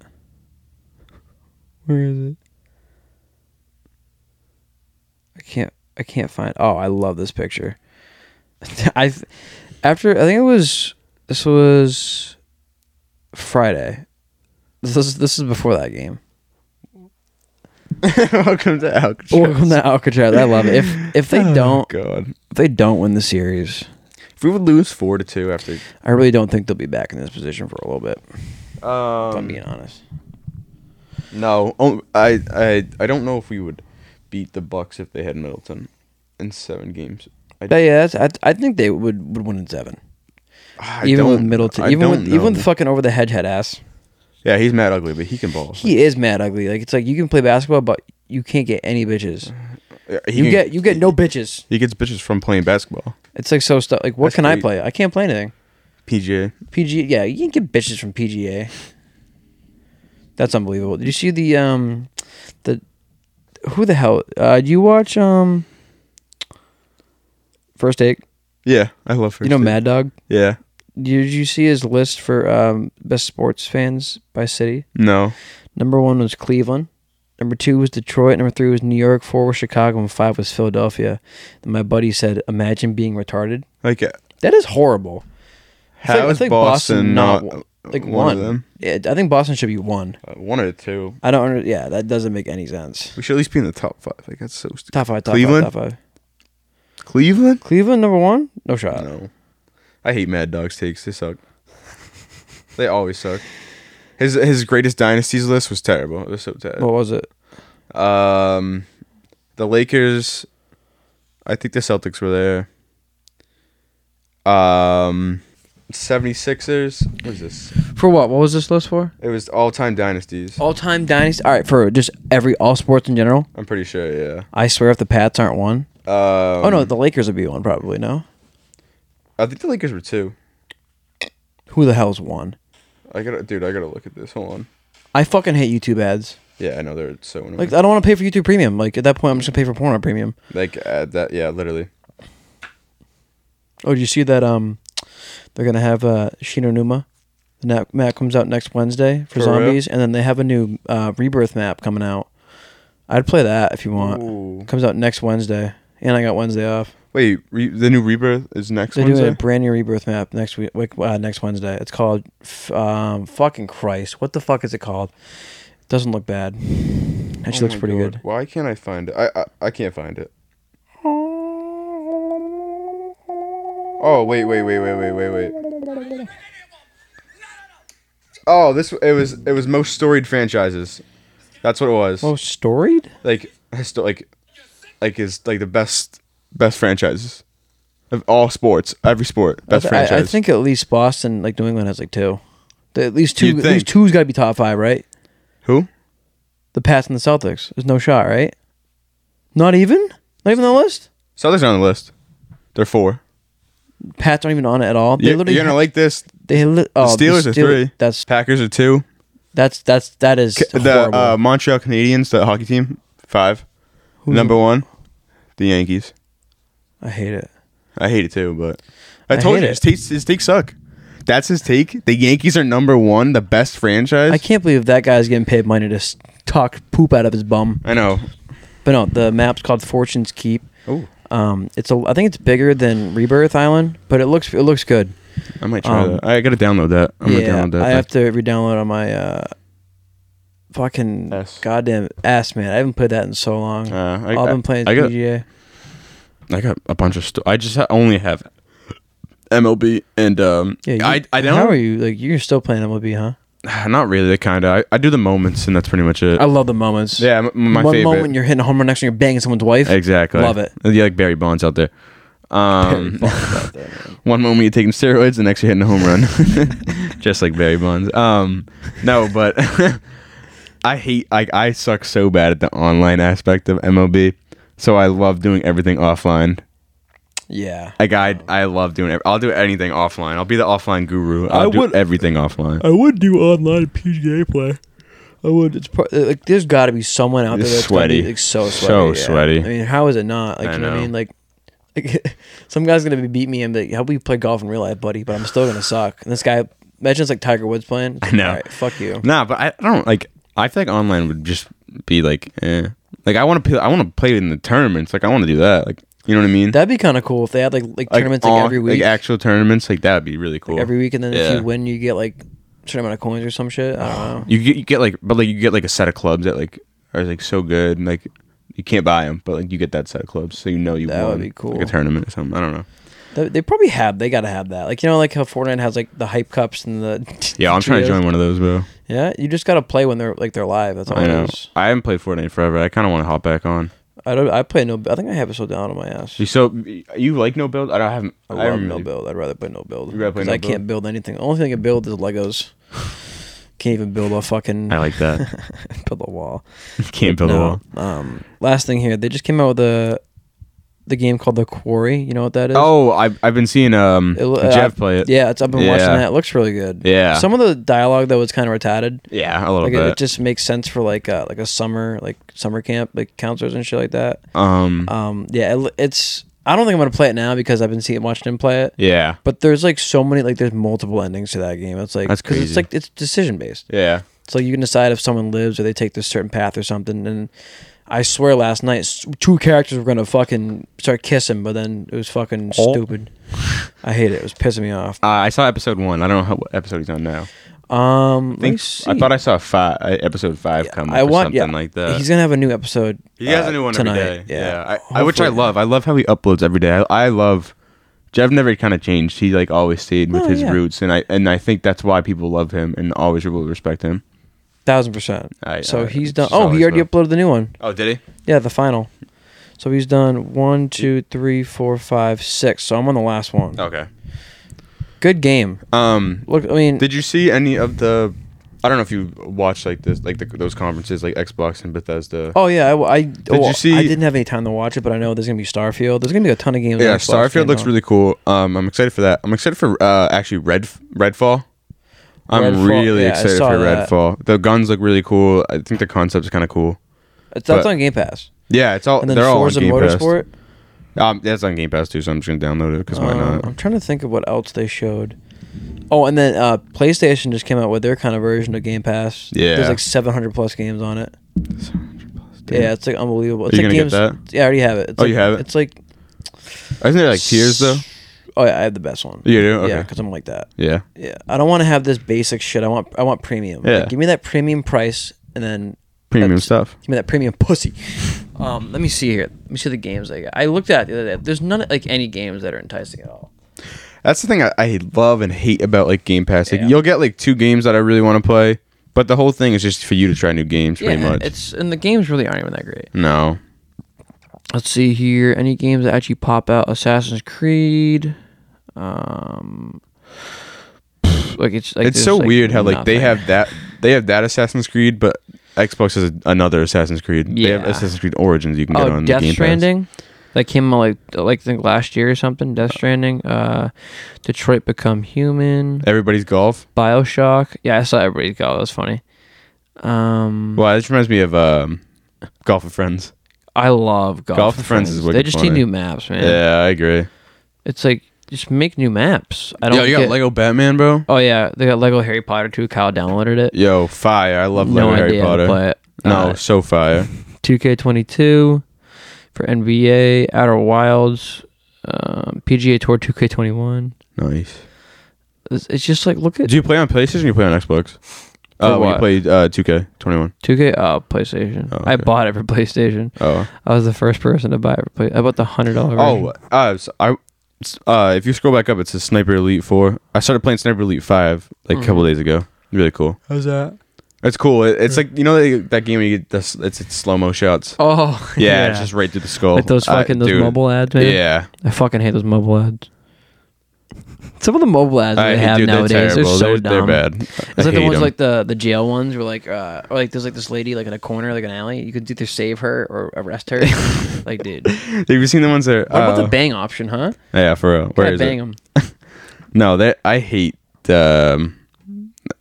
Speaker 1: Where is it? I can't. I can't find. Oh, I love this picture. I after I think it was this was Friday. This is this is before that game.
Speaker 2: Welcome to Alcatraz.
Speaker 1: Welcome to Alcatraz. I love it. If if they
Speaker 2: Oh,
Speaker 1: don't
Speaker 2: God.
Speaker 1: if they don't win the series,
Speaker 2: If we would lose four to two after.
Speaker 1: I really don't think they'll be back in this position for a little bit. If I'm
Speaker 2: Um,
Speaker 1: being honest.
Speaker 2: no, oh, I, I, I don't know if we would beat the Bucks if they had Middleton in seven games. I,
Speaker 1: But yeah, that's, I, I think they would, would win in seven.
Speaker 2: Ah, I
Speaker 1: even with
Speaker 2: don't-
Speaker 1: Middleton,
Speaker 2: I
Speaker 1: even
Speaker 2: don't
Speaker 1: with even with
Speaker 2: know.
Speaker 1: the fucking over the head head ass,
Speaker 2: yeah, he's mad ugly, but he can ball.
Speaker 1: he is mad ugly. Like it's like you can play basketball, but you can't get any bitches.
Speaker 2: Yeah, he
Speaker 1: you
Speaker 2: can-
Speaker 1: get you get no bitches.
Speaker 2: He gets bitches from playing basketball.
Speaker 1: It's like so stuff. Like what
Speaker 2: That's
Speaker 1: can I
Speaker 2: great.
Speaker 1: play? I can't play anything.
Speaker 2: PGA.
Speaker 1: PG, yeah, you can get bitches from PGA. That's unbelievable. Did you see the um, the who the hell? Uh, do you watch um, first take?
Speaker 2: Yeah, I love her.
Speaker 1: you know, Mad Dog.
Speaker 2: Yeah.
Speaker 1: Did you see his list for um best sports fans by city?
Speaker 2: No.
Speaker 1: Number one was Cleveland. Number two was Detroit. Number three was New York. Four was Chicago, and five was Philadelphia. And my buddy said, "Imagine being retarded.
Speaker 2: Like, uh,
Speaker 1: That is horrible."
Speaker 2: how is
Speaker 1: I think
Speaker 2: Boston, not
Speaker 1: like
Speaker 2: one,
Speaker 1: one
Speaker 2: of them?
Speaker 1: Yeah, I think Boston should be one.
Speaker 2: Uh, one or two.
Speaker 1: I don't. Under, yeah, that doesn't make any sense.
Speaker 2: We should at least be in the top five. Like that's so stupid.
Speaker 1: Top five. Top
Speaker 2: Cleveland?
Speaker 1: five. Top five.
Speaker 2: Cleveland?
Speaker 1: Cleveland number one. No shot.
Speaker 2: No. I hate Mad Dog's takes. They suck. they always suck. His his greatest dynasties list was terrible. It was so terrible.
Speaker 1: What was it?
Speaker 2: Um, the Lakers. I think the Celtics were there. Um, 76ers. What is this?
Speaker 1: For what? What was this list for?
Speaker 2: It was all time dynasties.
Speaker 1: All time dynasty. All right, for just every all sports in general.
Speaker 2: I'm pretty sure. Yeah.
Speaker 1: I swear, if the Pats aren't one,
Speaker 2: Um,
Speaker 1: oh no, the Lakers would be one probably. No,
Speaker 2: I think the Lakers were two.
Speaker 1: who the hell's one?
Speaker 2: I gotta, dude. I gotta look at this. Hold on.
Speaker 1: I fucking hate YouTube ads.
Speaker 2: Yeah, I know they're so annoying.
Speaker 1: Like, I don't want to pay for YouTube Premium. Like at that point, I'm just gonna pay for Pornhub Premium.
Speaker 2: Like uh, that, yeah, literally.
Speaker 1: Oh, do you see that? Um, they're gonna have uh Shino Numa. The na- map comes out next Wednesday for,
Speaker 2: For
Speaker 1: zombies, and then they have a new uh, Rebirth map coming out. I'd play that if you want.
Speaker 2: Ooh.
Speaker 1: Comes out next Wednesday, and I got Wednesday off.
Speaker 2: Wait, re- the new Rebirth is next
Speaker 1: They're
Speaker 2: Wednesday.
Speaker 1: doing a brand new Rebirth map next week. Like uh, next Wednesday, it's called f- um, fucking Christ. What the fuck is it called? It doesn't look bad. Actually,
Speaker 2: Oh
Speaker 1: looks
Speaker 2: my
Speaker 1: pretty
Speaker 2: God.
Speaker 1: good.
Speaker 2: Why can't I find it? I, I I can't find it. Oh wait wait wait wait wait wait wait. Oh, this it was it was most storied franchises. That's what it was.
Speaker 1: Oh, storied.
Speaker 2: Like has still like like is like the best best franchises of all sports, every sport, best
Speaker 1: I, th- I-
Speaker 2: franchise.
Speaker 1: I think at least Boston, like New England, has like two. The- at least
Speaker 2: You'd
Speaker 1: two. At
Speaker 2: think.
Speaker 1: least two's got to be top five, right?
Speaker 2: who?
Speaker 1: The Pats and the Celtics. There's no shot, right? Not even. Not even on the list.
Speaker 2: Celtics are on the list. They're four.
Speaker 1: Pats aren't even on it at all. They
Speaker 2: You're,
Speaker 1: literally.
Speaker 2: you're gonna like this.
Speaker 1: they li- oh, the
Speaker 2: Steelers are
Speaker 1: Steel-
Speaker 2: three.
Speaker 1: That's
Speaker 2: Packers are two.
Speaker 1: that's that's that is
Speaker 2: The
Speaker 1: horrible.
Speaker 2: uh, Montreal Canadiens, the hockey team, five.
Speaker 1: Who's-
Speaker 2: Number one, the Yankees.
Speaker 1: I hate it.
Speaker 2: I hate it too, but I
Speaker 1: I
Speaker 2: told
Speaker 1: hate
Speaker 2: you
Speaker 1: it.
Speaker 2: his takes, his takes suck. That's his take. The Yankees are number one, the best franchise.
Speaker 1: I can't believe that guy's getting paid money to s- talk poop out of his bum.
Speaker 2: I know.
Speaker 1: But no, the map's called Fortune's Keep.
Speaker 2: Oh,
Speaker 1: Um, it's a I think it's bigger than Rebirth Island, but it looks it looks good.
Speaker 2: I might try
Speaker 1: Um,
Speaker 2: that. I gotta download that. I'm
Speaker 1: yeah,
Speaker 2: gonna download that.
Speaker 1: I have to re-download on my uh, fucking
Speaker 2: S.
Speaker 1: goddamn ass man. I haven't played that in so long.
Speaker 2: Uh, I-
Speaker 1: All I've
Speaker 2: I-
Speaker 1: been playing is
Speaker 2: I got-
Speaker 1: PGA.
Speaker 2: I got a bunch of stuff. I just ha- only have MLB and um.
Speaker 1: Yeah, you,
Speaker 2: I I
Speaker 1: How are
Speaker 2: don't.
Speaker 1: you? Like you're still playing MLB, huh?
Speaker 2: Not really. Kind of. I, I do the moments, and that's pretty much it.
Speaker 1: I love the moments.
Speaker 2: yeah, m- my
Speaker 1: One
Speaker 2: favorite.
Speaker 1: moment you're hitting a home run, next one you're banging someone's wife.
Speaker 2: Exactly.
Speaker 1: Love it.
Speaker 2: Yeah, like Barry Bonds out there. Um, one moment you're taking steroids, the next you're hitting a home run, just like Barry Bonds. Um, no, but I hate like I suck so bad at the online aspect of MLB, so I love doing everything offline.
Speaker 1: Yeah.
Speaker 2: Like I, I love doing. Every, I'll do anything offline. I'll be the offline guru. I'll do
Speaker 1: would-
Speaker 2: everything offline.
Speaker 1: I would do online PGA play. I would. It's pro- uh, like there's got to be someone out there
Speaker 2: It's
Speaker 1: that's gotta
Speaker 2: sweaty.
Speaker 1: Be, like so
Speaker 2: So
Speaker 1: sweaty. yeah.
Speaker 2: sweaty.
Speaker 1: I mean, how is it not? Like
Speaker 2: I
Speaker 1: you know, what I
Speaker 2: know.
Speaker 1: mean, like, like, some guy's gonna be beat me and be like, "How we play golf in real life, buddy?" But I'm still gonna suck. And this guy, imagine it's like Tiger Woods playing. It's like,
Speaker 2: know.
Speaker 1: "All right, fuck you.
Speaker 2: Nah, but I, I don't like. I feel like online would just be like, eh. Like I want to, I want to play in the tournaments. Like I want to do that. Like you know what I mean?
Speaker 1: That'd be kind of cool if they had like like tournaments like
Speaker 2: on-
Speaker 1: every week,
Speaker 2: like actual tournaments. Like that would be really cool.
Speaker 1: every week, and then
Speaker 2: Yeah.
Speaker 1: if you win, you get like a certain amount of coins or some shit. I don't know.
Speaker 2: you get, you get like, but like you get like a set of clubs that like are like so good, and like you can't buy them, but like you get that set of clubs, so you know you
Speaker 1: That would
Speaker 2: won,
Speaker 1: be cool.
Speaker 2: like a tournament or something. I don't know.
Speaker 1: They, they probably have. They gotta have that. Like you know, like how Fortnite has like the hype cups and the
Speaker 2: Yeah, I'm trying to
Speaker 1: trios.
Speaker 2: join one of those, bro.
Speaker 1: Yeah, you just gotta play when they're like they're live. That's all
Speaker 2: I
Speaker 1: it
Speaker 2: know.
Speaker 1: is.
Speaker 2: I haven't played Fortnite forever. I kind of want to hop back on.
Speaker 1: I don't. I play no. I think I have it so down on my ass.
Speaker 2: You so you like no build? I don't I haven't.
Speaker 1: I
Speaker 2: I
Speaker 1: love
Speaker 2: haven't
Speaker 1: no
Speaker 2: really-
Speaker 1: build. I'd rather play no build.
Speaker 2: You rather play
Speaker 1: 'Cause
Speaker 2: no
Speaker 1: I can't build anything. The only thing I can build is Legos. can't even build a fucking
Speaker 2: I like that.
Speaker 1: build a wall.
Speaker 2: Can't build a wall.
Speaker 1: Um. Last thing here, they just came out with a the game called The Quarry. You know what that is?
Speaker 2: Oh, I've I've been seeing um
Speaker 1: It lo-
Speaker 2: Jeff
Speaker 1: I-
Speaker 2: play it.
Speaker 1: Yeah, it's, I've been watching
Speaker 2: Yeah.
Speaker 1: that. It looks really good.
Speaker 2: Yeah.
Speaker 1: Some of the dialogue though was kind of retarded.
Speaker 2: Yeah, a little
Speaker 1: Like it,
Speaker 2: bit.
Speaker 1: it just makes sense for like uh, like a summer like summer camp like counselors and shit like that.
Speaker 2: um,
Speaker 1: Um, yeah, it, it's. I don't think I'm gonna play it now because I've been seeing watching him play it.
Speaker 2: yeah,
Speaker 1: But there's like so many like there's multiple endings to that game. It's like
Speaker 2: That's
Speaker 1: 'cause
Speaker 2: crazy.
Speaker 1: It's like it's decision based.
Speaker 2: yeah.
Speaker 1: So you can decide if someone lives or they take this certain path or something. And I swear, last night s- two characters were gonna fucking start kissing, but then it was fucking
Speaker 2: Oh.
Speaker 1: stupid. I hate it. It was pissing me off.
Speaker 2: Uh, I saw episode one. I don't know how, what episode he's on now.
Speaker 1: Um,
Speaker 2: I, think, I thought I saw five, uh, episode five come.
Speaker 1: I
Speaker 2: up
Speaker 1: want
Speaker 2: or something
Speaker 1: yeah.
Speaker 2: like that.
Speaker 1: He's gonna have a new episode.
Speaker 2: he has
Speaker 1: uh,
Speaker 2: a new one
Speaker 1: tonight.
Speaker 2: every day.
Speaker 1: Yeah,
Speaker 2: Yeah, I, I, which I
Speaker 1: Hopefully-
Speaker 2: love. I love how he uploads every day. I, I love. Jeff never kind of changed. He like always stayed with
Speaker 1: No,
Speaker 2: his
Speaker 1: Oh, yeah.
Speaker 2: roots, and I and I think that's why people love him and always will respect him.
Speaker 1: Thousand percent.
Speaker 2: I-
Speaker 1: so
Speaker 2: I-
Speaker 1: he's
Speaker 2: it's
Speaker 1: done.
Speaker 2: just
Speaker 1: Oh,
Speaker 2: always
Speaker 1: he already
Speaker 2: been-
Speaker 1: uploaded the new one.
Speaker 2: Oh, did he?
Speaker 1: Yeah, the final. So he's done one, two, three, four, five, six. So I'm on the last one.
Speaker 2: Okay.
Speaker 1: Good game.
Speaker 2: Um,
Speaker 1: Look, I mean,
Speaker 2: did you see any of the? I don't know if you watched like this, like the, those conferences, like Xbox and Bethesda.
Speaker 1: oh yeah, I, I did
Speaker 2: you see-
Speaker 1: I didn't have any time to watch it, but I know there's gonna be Starfield. There's gonna be a ton of games. on
Speaker 2: Yeah,
Speaker 1: Xbox came
Speaker 2: Starfield looks
Speaker 1: out.
Speaker 2: really cool. Um, I'm excited for that. I'm excited for uh, actually Red Redfall. I'm
Speaker 1: Redfall,
Speaker 2: really
Speaker 1: yeah, I
Speaker 2: excited
Speaker 1: saw
Speaker 2: for
Speaker 1: that.
Speaker 2: Redfall. The guns look really cool. I think the concept's kind of cool.
Speaker 1: It's, that's
Speaker 2: but-
Speaker 1: on Game Pass.
Speaker 2: Yeah, it's all
Speaker 1: And then
Speaker 2: they're all on
Speaker 1: Forza
Speaker 2: Game
Speaker 1: Motorsport.
Speaker 2: Pass. Um, that's on Game Pass too, so I'm just gonna download it because why
Speaker 1: Um,
Speaker 2: not?
Speaker 1: I'm trying to think of what else they showed. Oh, and then uh, PlayStation just came out with their kind of version of Game Pass.
Speaker 2: Yeah.
Speaker 1: there's like 700 plus games on it.
Speaker 2: Damn.
Speaker 1: Yeah, it's like unbelievable. It's
Speaker 2: you
Speaker 1: like
Speaker 2: gonna get
Speaker 1: games.
Speaker 2: that?
Speaker 1: Yeah, I already have it. It's
Speaker 2: Oh,
Speaker 1: like,
Speaker 2: you have it?
Speaker 1: It's like
Speaker 2: Isn't there like tiers though?
Speaker 1: Oh yeah, I have the best one.
Speaker 2: You do?
Speaker 1: Yeah,
Speaker 2: Okay.
Speaker 1: because I'm like that.
Speaker 2: Yeah,
Speaker 1: Yeah, I don't want to have this basic shit. I want I want premium. Like,
Speaker 2: Yeah.
Speaker 1: give me that premium price, and then
Speaker 2: premium
Speaker 1: that's-
Speaker 2: stuff.
Speaker 1: Give me that premium pussy. Um, let me see here. Let me see the games I got. I looked at it the other day. There's none like any games that are enticing at all.
Speaker 2: That's the thing I, I love and hate about like Game Pass. Like
Speaker 1: Yeah.
Speaker 2: you'll get like two games that I really want to play, but But the whole thing is just for you to try new games, pretty
Speaker 1: yeah,
Speaker 2: much.
Speaker 1: it's and the games really aren't even that great.
Speaker 2: no,
Speaker 1: Let's see here. Any games that actually pop out? Assassin's Creed. Um, like it's like
Speaker 2: it's
Speaker 1: there's,
Speaker 2: so weird how like they
Speaker 1: nothing.
Speaker 2: have that they have that Assassin's Creed, but Xbox has another Assassin's Creed. They have
Speaker 1: Yeah.
Speaker 2: Assassin's Creed Origins you can get
Speaker 1: oh
Speaker 2: on
Speaker 1: Death
Speaker 2: the Game Pass.
Speaker 1: Stranding. That came out like like I think last year or something. Death Stranding. Uh, Detroit Become Human.
Speaker 2: Everybody's golf.
Speaker 1: Bioshock. Yeah, I saw everybody go. That was funny. Um,
Speaker 2: Well, this reminds me of um, Golf with Friends.
Speaker 1: I love golf.
Speaker 2: Golf
Speaker 1: with
Speaker 2: with Friends is
Speaker 1: They
Speaker 2: wicked
Speaker 1: just need
Speaker 2: funny.
Speaker 1: new maps, man.
Speaker 2: Yeah, I agree.
Speaker 1: It's like just make new maps. I don't.
Speaker 2: Yo, you
Speaker 1: get-
Speaker 2: got Lego Batman, bro.
Speaker 1: Oh yeah, they got Lego Harry Potter too. Kyle downloaded it.
Speaker 2: Yo, fire! I love
Speaker 1: no
Speaker 2: Lego Harry
Speaker 1: idea uh, how to
Speaker 2: Potter.
Speaker 1: play it.
Speaker 2: No, so fire.
Speaker 1: two K twenty two for NBA Outer Wilds, um, PGA Tour two K twenty one.
Speaker 2: Nice.
Speaker 1: It's it's just like look at
Speaker 2: Do you play on PlayStation? or You play on Xbox? Uh, when you
Speaker 1: what?
Speaker 2: played uh, 2K21.
Speaker 1: two K. Oh, PlayStation.
Speaker 2: Oh,
Speaker 1: I
Speaker 2: okay.
Speaker 1: bought it for PlayStation.
Speaker 2: Oh,
Speaker 1: I was the first person to buy it for play. I bought the hundred dollar.
Speaker 2: oh, uh, so I. s- Uh, if you scroll back up, it says Sniper Elite Four. I started playing Sniper Elite Five like a
Speaker 1: Mm-hmm.
Speaker 2: couple days ago. Really cool.
Speaker 1: how's that?
Speaker 2: It's cool. It, it's like you know that- that game where you get the, s- it's, it's slow mo shots.
Speaker 1: Oh
Speaker 2: Yeah, it's just right through the skull.
Speaker 1: like those
Speaker 2: I-
Speaker 1: fucking those
Speaker 2: dude,
Speaker 1: mobile ads. Man.
Speaker 2: Yeah,
Speaker 1: I fucking hate those mobile ads. Some of the mobile ads
Speaker 2: I,
Speaker 1: they have
Speaker 2: dude, they're
Speaker 1: nowadays are
Speaker 2: terrible.
Speaker 1: so
Speaker 2: they're,
Speaker 1: dumb.
Speaker 2: they're bad. I
Speaker 1: It's like
Speaker 2: hate
Speaker 1: the ones
Speaker 2: 'em.
Speaker 1: like the the jail ones where like uh or like there's like this lady like in a corner like an alley you could either save her or arrest her like dude what
Speaker 2: Have you seen the ones that? What
Speaker 1: about the bang option huh
Speaker 2: Yeah, for real. Uh, Where
Speaker 1: Gotta
Speaker 2: is
Speaker 1: bang
Speaker 2: it?
Speaker 1: 'em.
Speaker 2: No, that I hate. Um,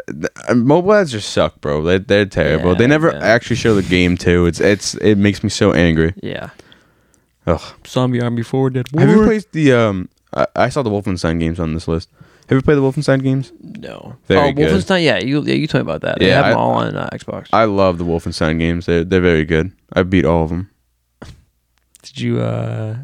Speaker 2: th- uh, mobile ads just suck, bro. They, they're terrible.
Speaker 1: Yeah,
Speaker 2: they never
Speaker 1: yeah.
Speaker 2: actually show the game too. It's it's it makes me so angry.
Speaker 1: yeah
Speaker 2: Ugh.
Speaker 1: zombie army four dead
Speaker 2: Have you played the um? I, I saw the Wolfenstein games on this list. Have you played the Wolfenstein games?
Speaker 1: no
Speaker 2: Very
Speaker 1: oh
Speaker 2: good.
Speaker 1: Wolfenstein yeah you yeah you told me about that they
Speaker 2: Yeah,
Speaker 1: have them
Speaker 2: I-
Speaker 1: all on uh, Xbox
Speaker 2: I love the Wolfenstein games. They're they're very good. I beat all of them.
Speaker 1: did you uh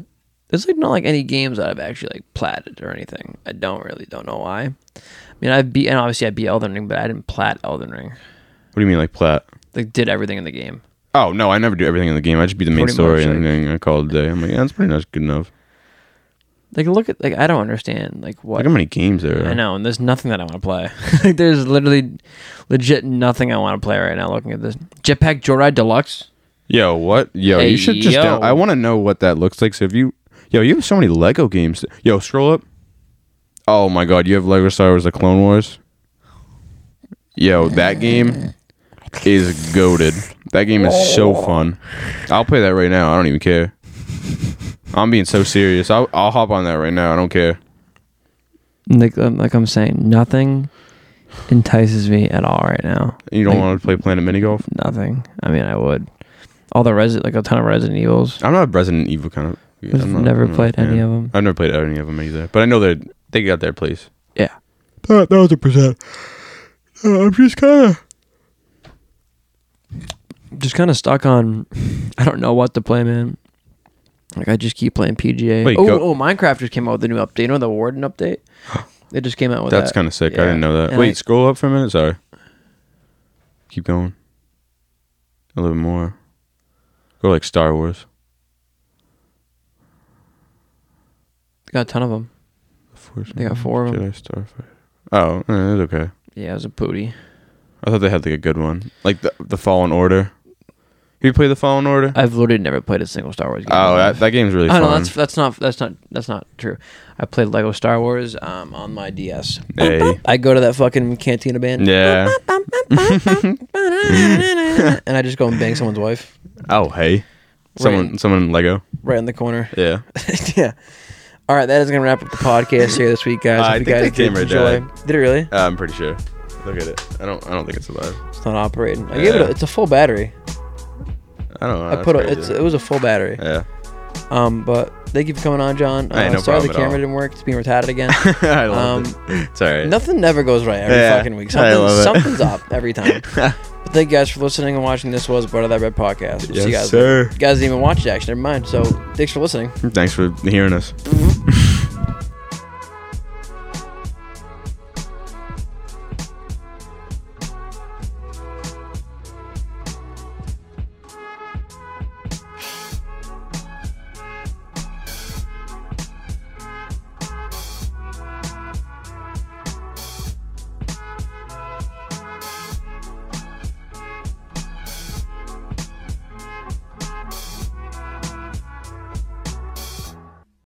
Speaker 1: there's like not like any games that I've actually like platted or anything I don't really don't know why I mean I beat and obviously I beat Elden Ring but I didn't plat Elden Ring
Speaker 2: What do you mean like plat?
Speaker 1: like did everything in the game
Speaker 2: Oh no, I never do everything in the game. I just beat the main
Speaker 1: Pretty
Speaker 2: story
Speaker 1: much,
Speaker 2: and
Speaker 1: like-
Speaker 2: then I call it a day. I'm like, yeah, that's pretty much good enough.
Speaker 1: like look at like I don't understand like what
Speaker 2: Like how many games there? Are?
Speaker 1: I know, and there's nothing that I want to play. like, there's literally, legit nothing I want to play right now. Looking at this Jetpack Joyride Deluxe.
Speaker 2: Yo, what? Yo,
Speaker 1: Hey,
Speaker 2: you should just.
Speaker 1: yo.
Speaker 2: Down- I want to know what that looks like. So if you, yo, you have so many Lego games. Yo, scroll up. Oh my God, you have Lego Star Wars: The Clone Wars. Yo, that game is goaded. That game is so fun. I'll play that right now. I don't even care. I'm being so serious. I'll, I'll hop on that right now. I don't care.
Speaker 1: Like, um, like I'm saying, nothing entices me at all right now.
Speaker 2: You don't
Speaker 1: Like-
Speaker 2: want to play Planet Mini Golf?
Speaker 1: Nothing. I mean, I would. All the Resident, like a ton of Resident Evils.
Speaker 2: I'm not a Resident Evil kind of.
Speaker 1: I've
Speaker 2: I'm not-
Speaker 1: never
Speaker 2: I'm not a
Speaker 1: played any
Speaker 2: fan.
Speaker 1: of them.
Speaker 2: I've never played any of them either. But I know that they got their place.
Speaker 1: Yeah.
Speaker 2: That thousand percent. I'm just kind of.
Speaker 1: Just kind of stuck on. I don't know what to play, man. Like I just keep playing PGA.
Speaker 2: Wait,
Speaker 1: oh,
Speaker 2: go-
Speaker 1: oh, Minecraft just came out with a new update. You know the Warden update. It just came out with
Speaker 2: That's
Speaker 1: that.
Speaker 2: kind of sick.
Speaker 1: Yeah.
Speaker 2: I didn't know that.
Speaker 1: And
Speaker 2: Wait,
Speaker 1: I-
Speaker 2: scroll up for a minute. Sorry. Keep going. A little bit more. Go like Star Wars.
Speaker 1: got a ton of them.
Speaker 2: The Force
Speaker 1: They got four of them.
Speaker 2: Jedi Starfighter. Oh, eh, that's okay.
Speaker 1: Yeah, it was a booty.
Speaker 2: I thought they had like a good one, like the the Fallen Order. Have you played the Fallen Order?
Speaker 1: I've literally never played a single Star Wars game. in my
Speaker 2: oh,
Speaker 1: life.
Speaker 2: that, that game's really
Speaker 1: Oh
Speaker 2: fun.
Speaker 1: no, that's that's not that's not that's not true. I played Lego Star Wars um, on my DS.
Speaker 2: Hey.
Speaker 1: I go to that fucking cantina band,
Speaker 2: Yeah.
Speaker 1: and I just go and bang someone's wife
Speaker 2: Oh, hey. Someone, someone in Lego.
Speaker 1: right in the corner.
Speaker 2: Yeah. Uh,
Speaker 1: yeah. All right, that is gonna wrap up the podcast here this week, guys.
Speaker 2: I
Speaker 1: If you
Speaker 2: think
Speaker 1: guys
Speaker 2: that camera
Speaker 1: did it really?
Speaker 2: I'm pretty sure. Look at it. I don't. I don't think it's alive.
Speaker 1: It's not operating. I gave it. A,
Speaker 2: Yeah.
Speaker 1: it's a full battery.
Speaker 2: I don't know.
Speaker 1: I put a, it's it was a full battery.
Speaker 2: yeah.
Speaker 1: Um, but thank you for coming on, John. Uh,
Speaker 2: Hey,
Speaker 1: sorry
Speaker 2: no
Speaker 1: the
Speaker 2: problem at all.
Speaker 1: camera didn't work. It's being retarded again.
Speaker 2: I love
Speaker 1: Um,
Speaker 2: it. It's all right.
Speaker 1: Nothing never goes right every
Speaker 2: Yeah,
Speaker 1: fucking week.
Speaker 2: I
Speaker 1: Something,
Speaker 2: love it.
Speaker 1: something's up every time. but thank you guys for listening and watching. This was Brother That Red podcast. We'll
Speaker 2: Yes,
Speaker 1: see you guys.
Speaker 2: sir.
Speaker 1: You guys didn't even watch it, actually. Never mind. So thanks for listening.
Speaker 2: Thanks for hearing us.